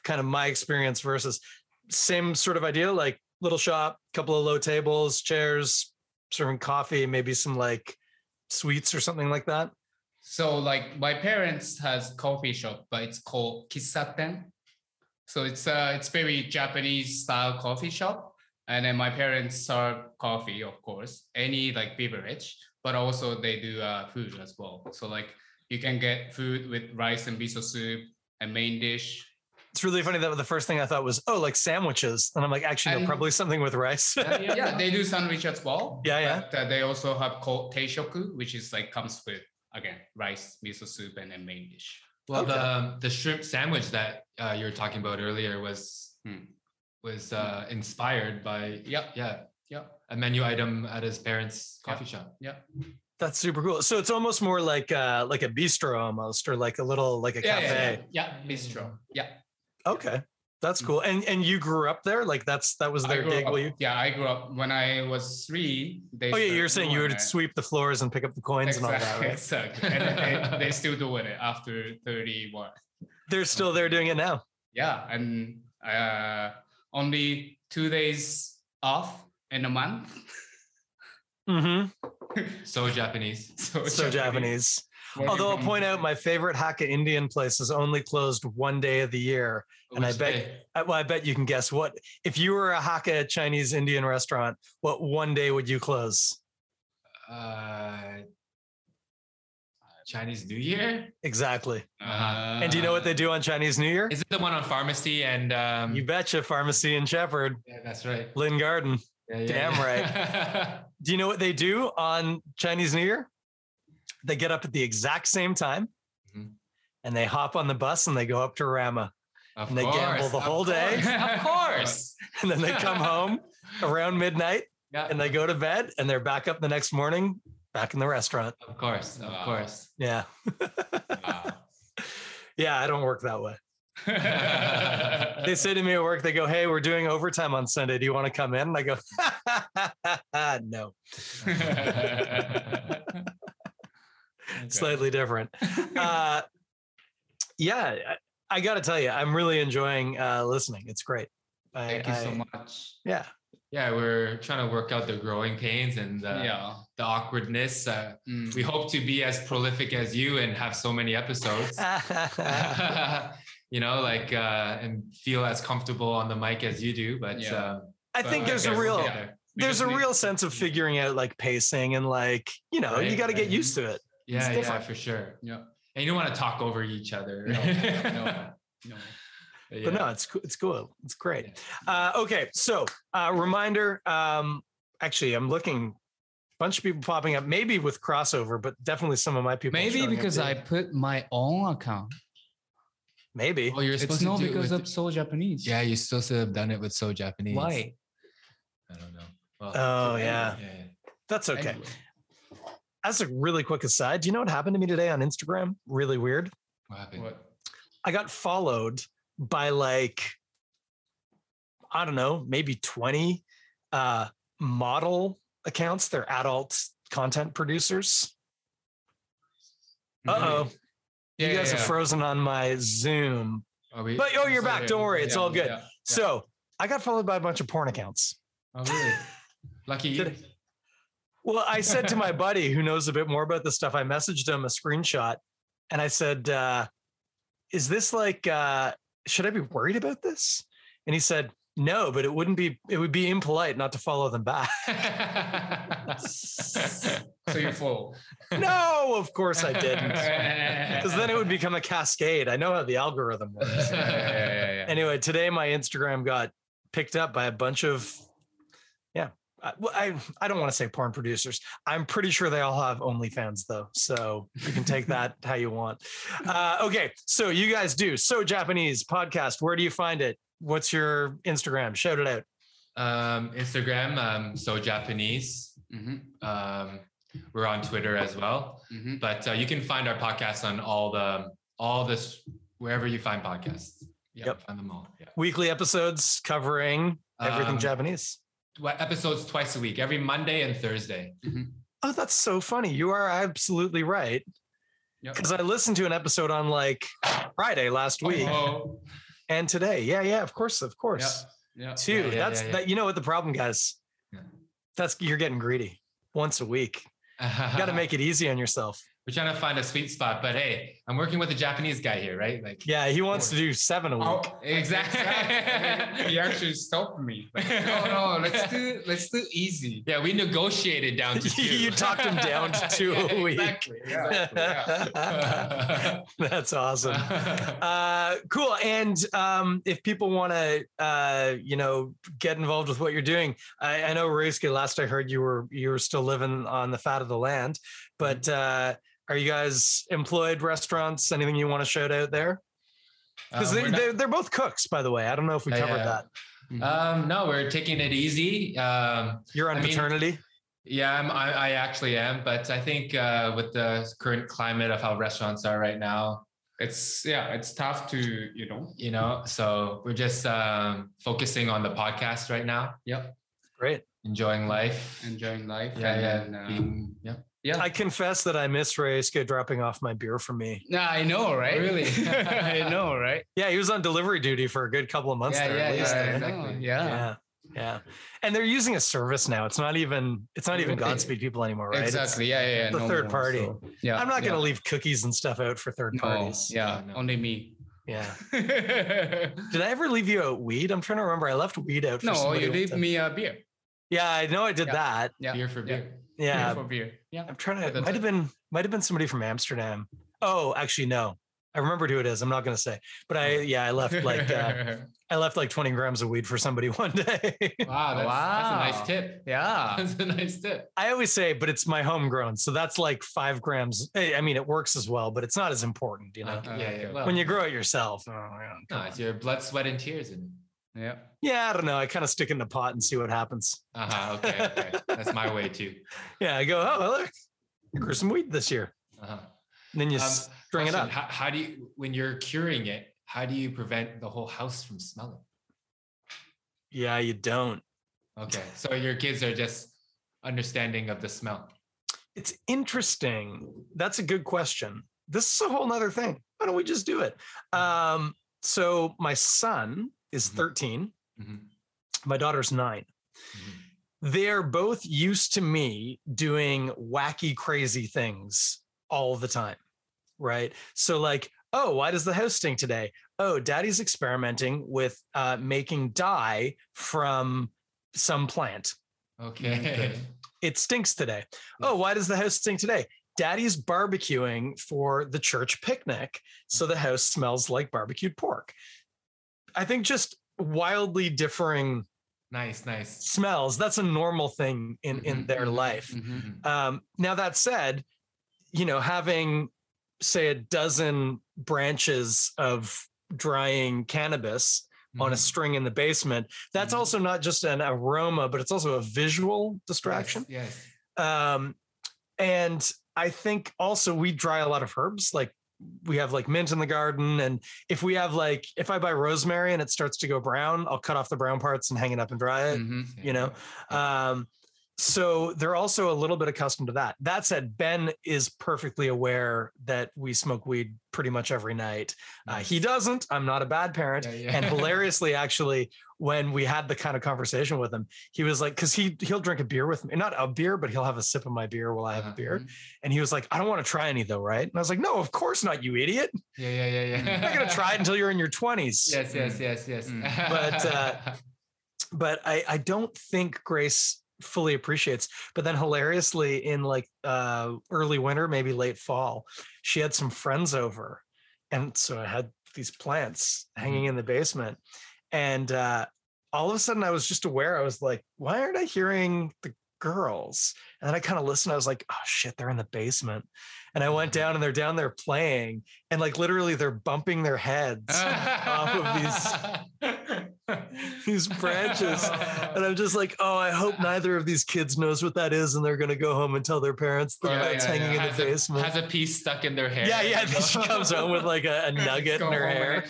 A: kind of my experience versus same sort of idea, like little shop, couple of low tables, chairs, serving coffee, maybe some like sweets or something like that.
B: So like my parents has coffee shop, but it's called Kisaten. So it's uh it's very Japanese style coffee shop. And then my parents serve coffee, of course, any like beverage, but also they do uh, food as well. So like you can get food with rice and miso soup and main dish.
A: It's really funny that the first thing I thought was, oh, like sandwiches. And I'm like, actually, no,
B: And-
A: probably something with rice.
B: Yeah, they do sandwich as well.
A: Yeah, yeah.
B: But uh, they also have called teishoku, which is like comes with again rice, miso soup, and then main dish.
C: Well,
A: Okay.
C: the the shrimp sandwich that uh, you were talking about earlier was
B: Hmm.
C: was uh, inspired by
B: Yep,
C: yeah
B: yep.
C: a menu item at his parents'
B: Yeah.
C: coffee shop.
A: That's super cool. So it's almost more like uh like a bistro almost or like a little like a
B: yeah,
A: cafe.
B: yeah, yeah, yeah, bistro. Yeah, Mm.
A: Okay. That's cool. And and you grew up there? Like that's that was
B: I
A: their
B: grew
A: gig.
B: up-
A: Will you
B: Yeah, I grew up when I was three. They
A: Oh yeah,
B: started
A: you were saying you
B: doing
A: would
B: it.
A: sweep the floors and pick up the coins
B: exactly,
A: and all that, right?
B: exactly. And then they, they still doing it after thirty-one.
A: They're still there doing it now.
B: Yeah, and uh, only two days off in a month.
A: hmm
C: So Japanese.
B: So,
A: So Japanese.
B: working
A: Although I'll
B: from
A: point out
B: home.
A: my favorite Hakka Indian place is only closed one day of the year. And I
C: Which
A: bet-
C: day?
A: I, well, I bet you can guess what if you were a Hakka Chinese Indian restaurant, what one day would you close?
C: uh, Chinese New Year.
A: Exactly. Uh-huh. and do you know what they do on Chinese New Year?
C: Is it the one on pharmacy and? Uh, Um,
A: You betcha, Pharmacy and Shepherd,
C: yeah, that's right.
A: Lynn Garden.
C: Yeah, yeah,
A: Damn
C: yeah.
A: Do you know what they do on Chinese New Year? They get up at the exact same time
C: Mhm.
A: and they hop on the bus and they go up to Rama
C: of
A: And they gamble
C: course,
A: the
C: of
A: whole day.
C: course, Of course.
A: and then they come home around midnight
C: Yeah.
A: and they go to bed and they're back up the next morning back in the restaurant.
C: of course. Of
B: Wow.
C: course.
A: Yeah.
B: uh,
A: Yeah, I don't work that way.
B: Wow.
C: Uh-uh.
A: They say to me at work, they go, Hey, we're doing overtime on Sunday. Do you want to come in? And I go, No, slightly different. Uh, yeah, I, I got to tell you, I'm really enjoying uh, listening. It's great. I,
C: Thank you so
A: I-
C: much.
A: Yeah.
C: Yeah, we're trying to work out the growing pains and uh,
B: yeah.
C: the awkwardness. Uh,
B: Mm.
C: we hope to be as prolific as you and have so many episodes. you know, like uh, and feel as comfortable on the mic as you do. But
B: Yeah.
C: uh,
A: I think
B: But
A: there's a
C: guess we'll
A: real
C: get there.
B: We
A: there's a
B: just need-
A: real sense of figuring out like pacing and like you know you
C: Right,
A: got to get
C: right.
A: used to it.
C: yeah, yeah,
A: different.
C: for sure.
B: Yeah.
C: and you don't want to talk over each other.
B: No, no, No.
C: Yeah.
A: But no, it's co- it's cool. It's great. Uh, okay, so uh, reminder. Um, actually, I'm looking bunch of people popping up, maybe with crossover, but definitely some of my people. are
B: Maybe
A: showing up
B: because
A: too.
B: I put my own account.
A: maybe
C: Oh, you're supposed
B: It's
C: to
B: not
C: do it
B: because
C: with-
B: I'm so Japanese.
C: Yeah, you're supposed to have done it with so Japanese.
B: Why?
C: I don't know. Well,
A: Oh, yeah.
C: yeah.
A: that's okay.
B: Anyway.
A: As a really quick aside, do you know what happened to me today on Instagram? Really weird.
C: What happened?
B: What?
A: I got followed by like I don't know, maybe 20 uh model accounts. They're adult content producers. Uh-oh.
B: Mm-hmm. Yeah,
A: you guys
B: yeah,
A: are
B: yeah.
A: frozen on my Zoom.
C: Are we,
A: But oh, you're
B: Sorry,
A: back. Don't worry, it's
B: yeah,
A: all good.
B: yeah, yeah.
A: So I got followed by a bunch of porn accounts.
C: oh, really? Lucky you.
A: Did- Well, I said to my buddy who knows a bit more about this stuff, I messaged him a screenshot and I said, uh, Is this like, uh, should I be worried about this? And he said, No, but it wouldn't be, it would be impolite not to follow them back.
B: So you follow.
A: no, of course I didn't. Because
B: Because
A: then it would become a cascade. I know how the algorithm works.
B: yeah, yeah, yeah, yeah.
A: Anyway, today my Instagram got picked up by a bunch of, yeah. I, well, I, I don't want to say porn producers. I'm pretty sure they all have OnlyFans though, so you can take that how you want. Uh, okay, so you guys do so Japanese podcast. Where do you find it? What's your Instagram? Shout it out.
C: um, Instagram, um, so Japanese.
B: Mhm,
C: Um, we're on Twitter as well.
B: mhm.
C: but uh, you can find our podcast on all the all this wherever you find podcasts. Yeah,
A: Yep.
C: find them all. Yeah,
A: Weekly episodes covering everything
C: Um,
A: Japanese.
C: tw- episodes twice a week, every Monday and Thursday.
A: Oh, that's so funny. You are absolutely right.
B: Yep.
A: Because I listened to an episode on like Friday last week
B: Oh,
A: and today. Yeah, yeah, of course, of course.
B: yeah.
A: Two.
C: Yeah, yeah,
A: that's
C: yeah, yeah.
A: that. You know what the problem, guys?
C: Yeah.
A: That's you're getting greedy. Once a week, you got to make it easy on yourself.
C: We're trying to find a sweet spot, but hey, I'm working with a Japanese guy here, right? Like,
A: Yeah, he wants to do seven a week.
B: Oh,
C: Exactly.
B: exactly. he actually stopped me. Like, no, no, let's do let's do easy.
C: yeah, we negotiated down to two.
A: You talked him down to two a week.
C: Exactly.
A: that's awesome.
C: exactly.
A: Uh, cool. And um, if people want to, uh, you know, get involved with what you're doing, I, I know Ruski. Last I heard, you were you were still living on the fat of the land. But
C: Mm-hmm.
A: uh, are you guys employed? Restaurants? Anything you want to shout out there? Because
C: Um,
A: they,
C: we're not-
A: they're, they're both cooks, by the way. I don't know if we
C: Yeah,
A: covered
C: yeah.
A: that.
C: um, no, we're taking it easy. Um,
A: You're on
C: I mean-
A: paternity.
C: Yeah, I'm, I, I actually am, but I think uh, with the current climate of how restaurants are right now,
B: It's yeah, it's tough to you know.
C: you know, so we're just um, focusing on the podcast right now,
A: Great.
C: enjoying life.
B: Enjoying life.
C: yeah, yeah,
B: and, uh,
A: um,
C: being- yeah.
A: I confess that I miss Reyesco dropping off my beer for me.
B: Yeah, I know, right?
C: Really?
B: I know, right?
A: Yeah, he was on delivery duty for a good couple of months
C: Yeah,
A: there. at
C: yeah,
A: least.
C: yeah,
A: eh?
B: I know,
C: exactly.
B: yeah.
A: yeah. Yeah. And they're using a service now. It's not even it's not even
B: Really?
A: Godspeed people anymore, right? It's-
B: Exactly. Yeah, yeah. yeah.
A: the third party.
B: so- yeah.
A: I'm not
B: yeah.
A: gonna leave cookies and stuff out for third
B: No,
A: parties.
B: yeah,
C: No, no.
B: only me.
A: Yeah. Did I ever leave you out weed? I'm trying to remember. I left weed out for
B: no,
A: somebody
B: you
A: one
B: leave
A: time.
B: me a beer.
A: Yeah, I know I did
B: Yeah.
A: that.
B: Yeah,
C: Beer for
B: yeah.
C: beer.
A: Yeah.
B: Beer for beer. Yeah.
A: I'm trying to
B: But
A: it
B: that's
A: might have been might have been somebody from Amsterdam. Oh, actually no. I remembered who it is. I'm not gonna say. But I yeah, I left like uh, I left like 20 grams of weed for somebody one day.
C: Wow, that's, that's a
B: Wow.
C: nice tip.
B: yeah.
C: That's a nice tip.
A: I always say, but it's my homegrown. So that's like five grams. Eh, I I mean, it works as well, but it's not as important, you know.
C: Uh, yeah, yeah.
B: okay.
C: Well,
A: when you grow it yourself. oh, yeah.
C: no, it's your blood, sweat, and tears, and
B: Yeah.
A: Yeah, I don't know. I kind of stick it in a pot and see what happens.
C: uh huh. Okay, okay. that's my way too.
A: Yeah, I go, oh, well, look, I grew some weed this year.
C: Uh-huh.
A: And then you
C: Um,
A: string it
C: Question,
A: up.
C: How, how do you, when you're curing it, how do you prevent the whole house from smelling?
A: Yeah, you don't.
C: Okay, so your kids are just understanding of the smell.
A: It's interesting. That's a good question. This is a whole nother thing. Why don't we just do it? Um, so my son is
C: Mhm.
A: 13,
C: Mhm,
A: my daughter's nine.
C: mhm.
A: they're both used to me doing wacky, crazy things all the time. Right. So, like, oh, why does the house stink today? Oh, daddy's experimenting with uh, making dye from some plant. Mm,
C: Okay.
A: It stinks today. Oh, why does the house stink today? Daddy's barbecuing for the church picnic. So the house smells like barbecued pork. I think just wildly differing
C: nice, nice.
A: smells that's a normal thing in in
C: Mhm.
A: their life
B: Mhm.
A: um now that said you know having say a dozen branches of drying cannabis on a
C: Mhm.
A: string in the basement that's
B: Mhm.
A: also not just an aroma but it's also a visual distraction
C: Yes.
A: um and i think also we dry a lot of herbs like we have like mint in the garden and if we have like if i buy rosemary and it starts to go brown i'll cut off the brown parts and hang it up and dry it
B: Mhm.
C: Mm-hmm.
A: you know um so they're also a little bit accustomed to that that said ben is perfectly aware that we smoke weed pretty much every night uh, he doesn't i'm not a bad parent
C: Yeah, yeah.
A: and hilariously actually when we had the kind of conversation with him he was like because he he'll drink a beer with me not a beer but he'll have a sip of my beer while i have a
C: Uh-huh.
A: beer and he was like i don't want to try any though right and i was like no of course not you idiot
C: yeah, yeah, yeah, yeah.
A: you're not going to try it until you're in your 20s
B: Yes, yes,
C: Mm.
B: yes, yes.
C: Mm.
A: But, uh, but I, I don't think Grace fully appreciates. But then hilariously, in like uh, early winter, maybe late fall, she had some friends over, and so I had these plants hanging in the basement, and uh, all of a sudden I was just aware. I was like, why aren't I hearing the girls? And then I kind of listened. I was like, oh shit, they're in the basement. And I went down and they're down there playing, and like literally they're bumping their heads. off
C: of
B: Mm-hmm.
A: these branches. And I'm just like, oh, I hope neither of these kids knows what that is, and they're gonna go home and tell their parents that that's hanging in
C: has
A: the
C: a,
A: basement.
C: Has a piece stuck in their hair.
A: yeah, yeah.
C: you
A: Then she
C: know?
A: comes home with like a, a
B: Just
A: nugget
B: go
A: in her
B: home and
A: hair.
B: it-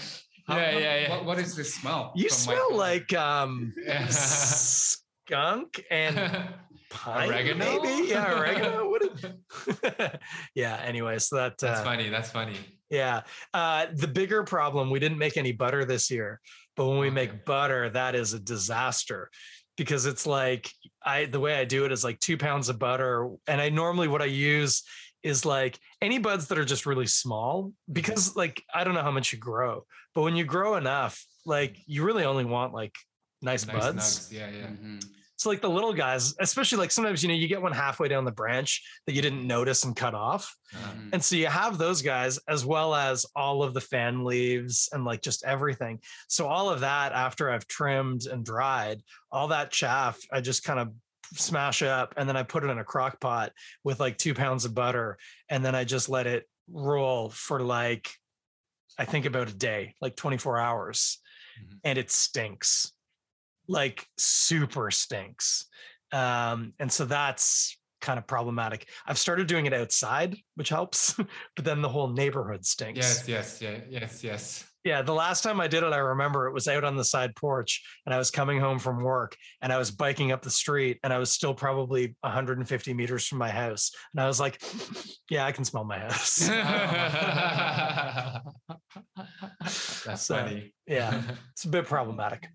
B: How-
C: Yeah, yeah, yeah.
B: What, what is the smell?
A: You
B: from
A: smell
B: my-
A: like um skunk and pine,
C: Oregano?
A: maybe. Yeah, oregano. What? Is... yeah. Anyway, so that
C: that's
A: uh,
C: funny. That's funny.
A: yeah. Uh, the bigger problem we didn't make any butter this year, but when we
C: Okay.
A: make butter, that is a disaster because it's like I the way I do it is like two pounds of butter, and I normally what I use is like any buds that are just really small
C: Mm-hmm.
A: because like I don't know how much you grow, but when you grow enough, like you really only want like nice,
C: Nice
A: buds.
C: nugs. Yeah, yeah.
B: Mhm.
A: So like the little guys, especially like sometimes you know you get one halfway down the branch that you didn't notice and cut off.
C: Uh,
B: Mhm.
A: And so you have those guys as well as all of the fan leaves and like just everything. So all of that after I've trimmed and dried, all that chaff, I just kind of smash up and then I put it in a crock pot with like two pounds of butter. And then I just let it roll for like, I think about a day, like 24 hours.
C: Mhm.
A: And it stinks, like super stinks. Um, and so that's kind of problematic. I've started doing it outside, which helps, but then the whole neighborhood stinks.
C: Yes, yes, yeah, yes, yes.
A: Yeah, the last time I did it, I remember it was out on the side porch and I was coming home from work and I was biking up the street and I was still probably 150 meters from my house. And I was like, yeah, I can smell my house.
B: Mm-hmm.
C: That's
A: So,
C: funny.
A: Yeah, it's a bit problematic.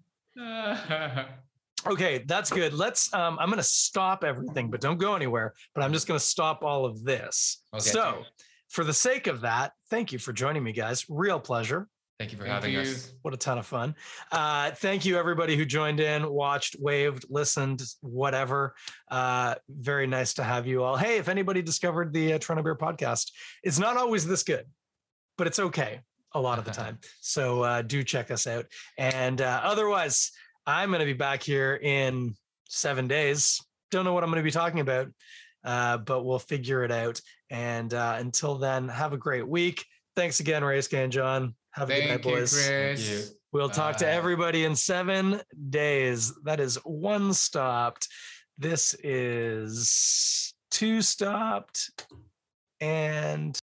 A: Okay, that's good. Let's, um, I'm going to stop everything, but don't go anywhere. But I'm just going to stop all of this.
B: Okay.
A: So, for the sake of that, thank you for joining me, guys. Real pleasure.
C: Thank you for
B: Thank
C: having
B: you.
C: us.
A: What a ton of fun. Uh, thank you, everybody who joined in, watched, waved, listened, whatever. Uh, very nice to have you all. Hey, if anybody discovered the uh, Toronto Beer podcast, it's not always this good, but it's okay a lot of the time. So uh, do check us out. And uh, otherwise, I'm going to be back here in seven days. Don't know what I'm going to be talking about, uh, but we'll figure it out. And uh, until then, have a great week. Thanks again, Rayska and John. Have a good night,
B: Thank you,
A: boys.
B: Chris.
C: you.
A: We'll talk to
B: Bye.
A: everybody in seven days. That is one stopped. This is two stopped. And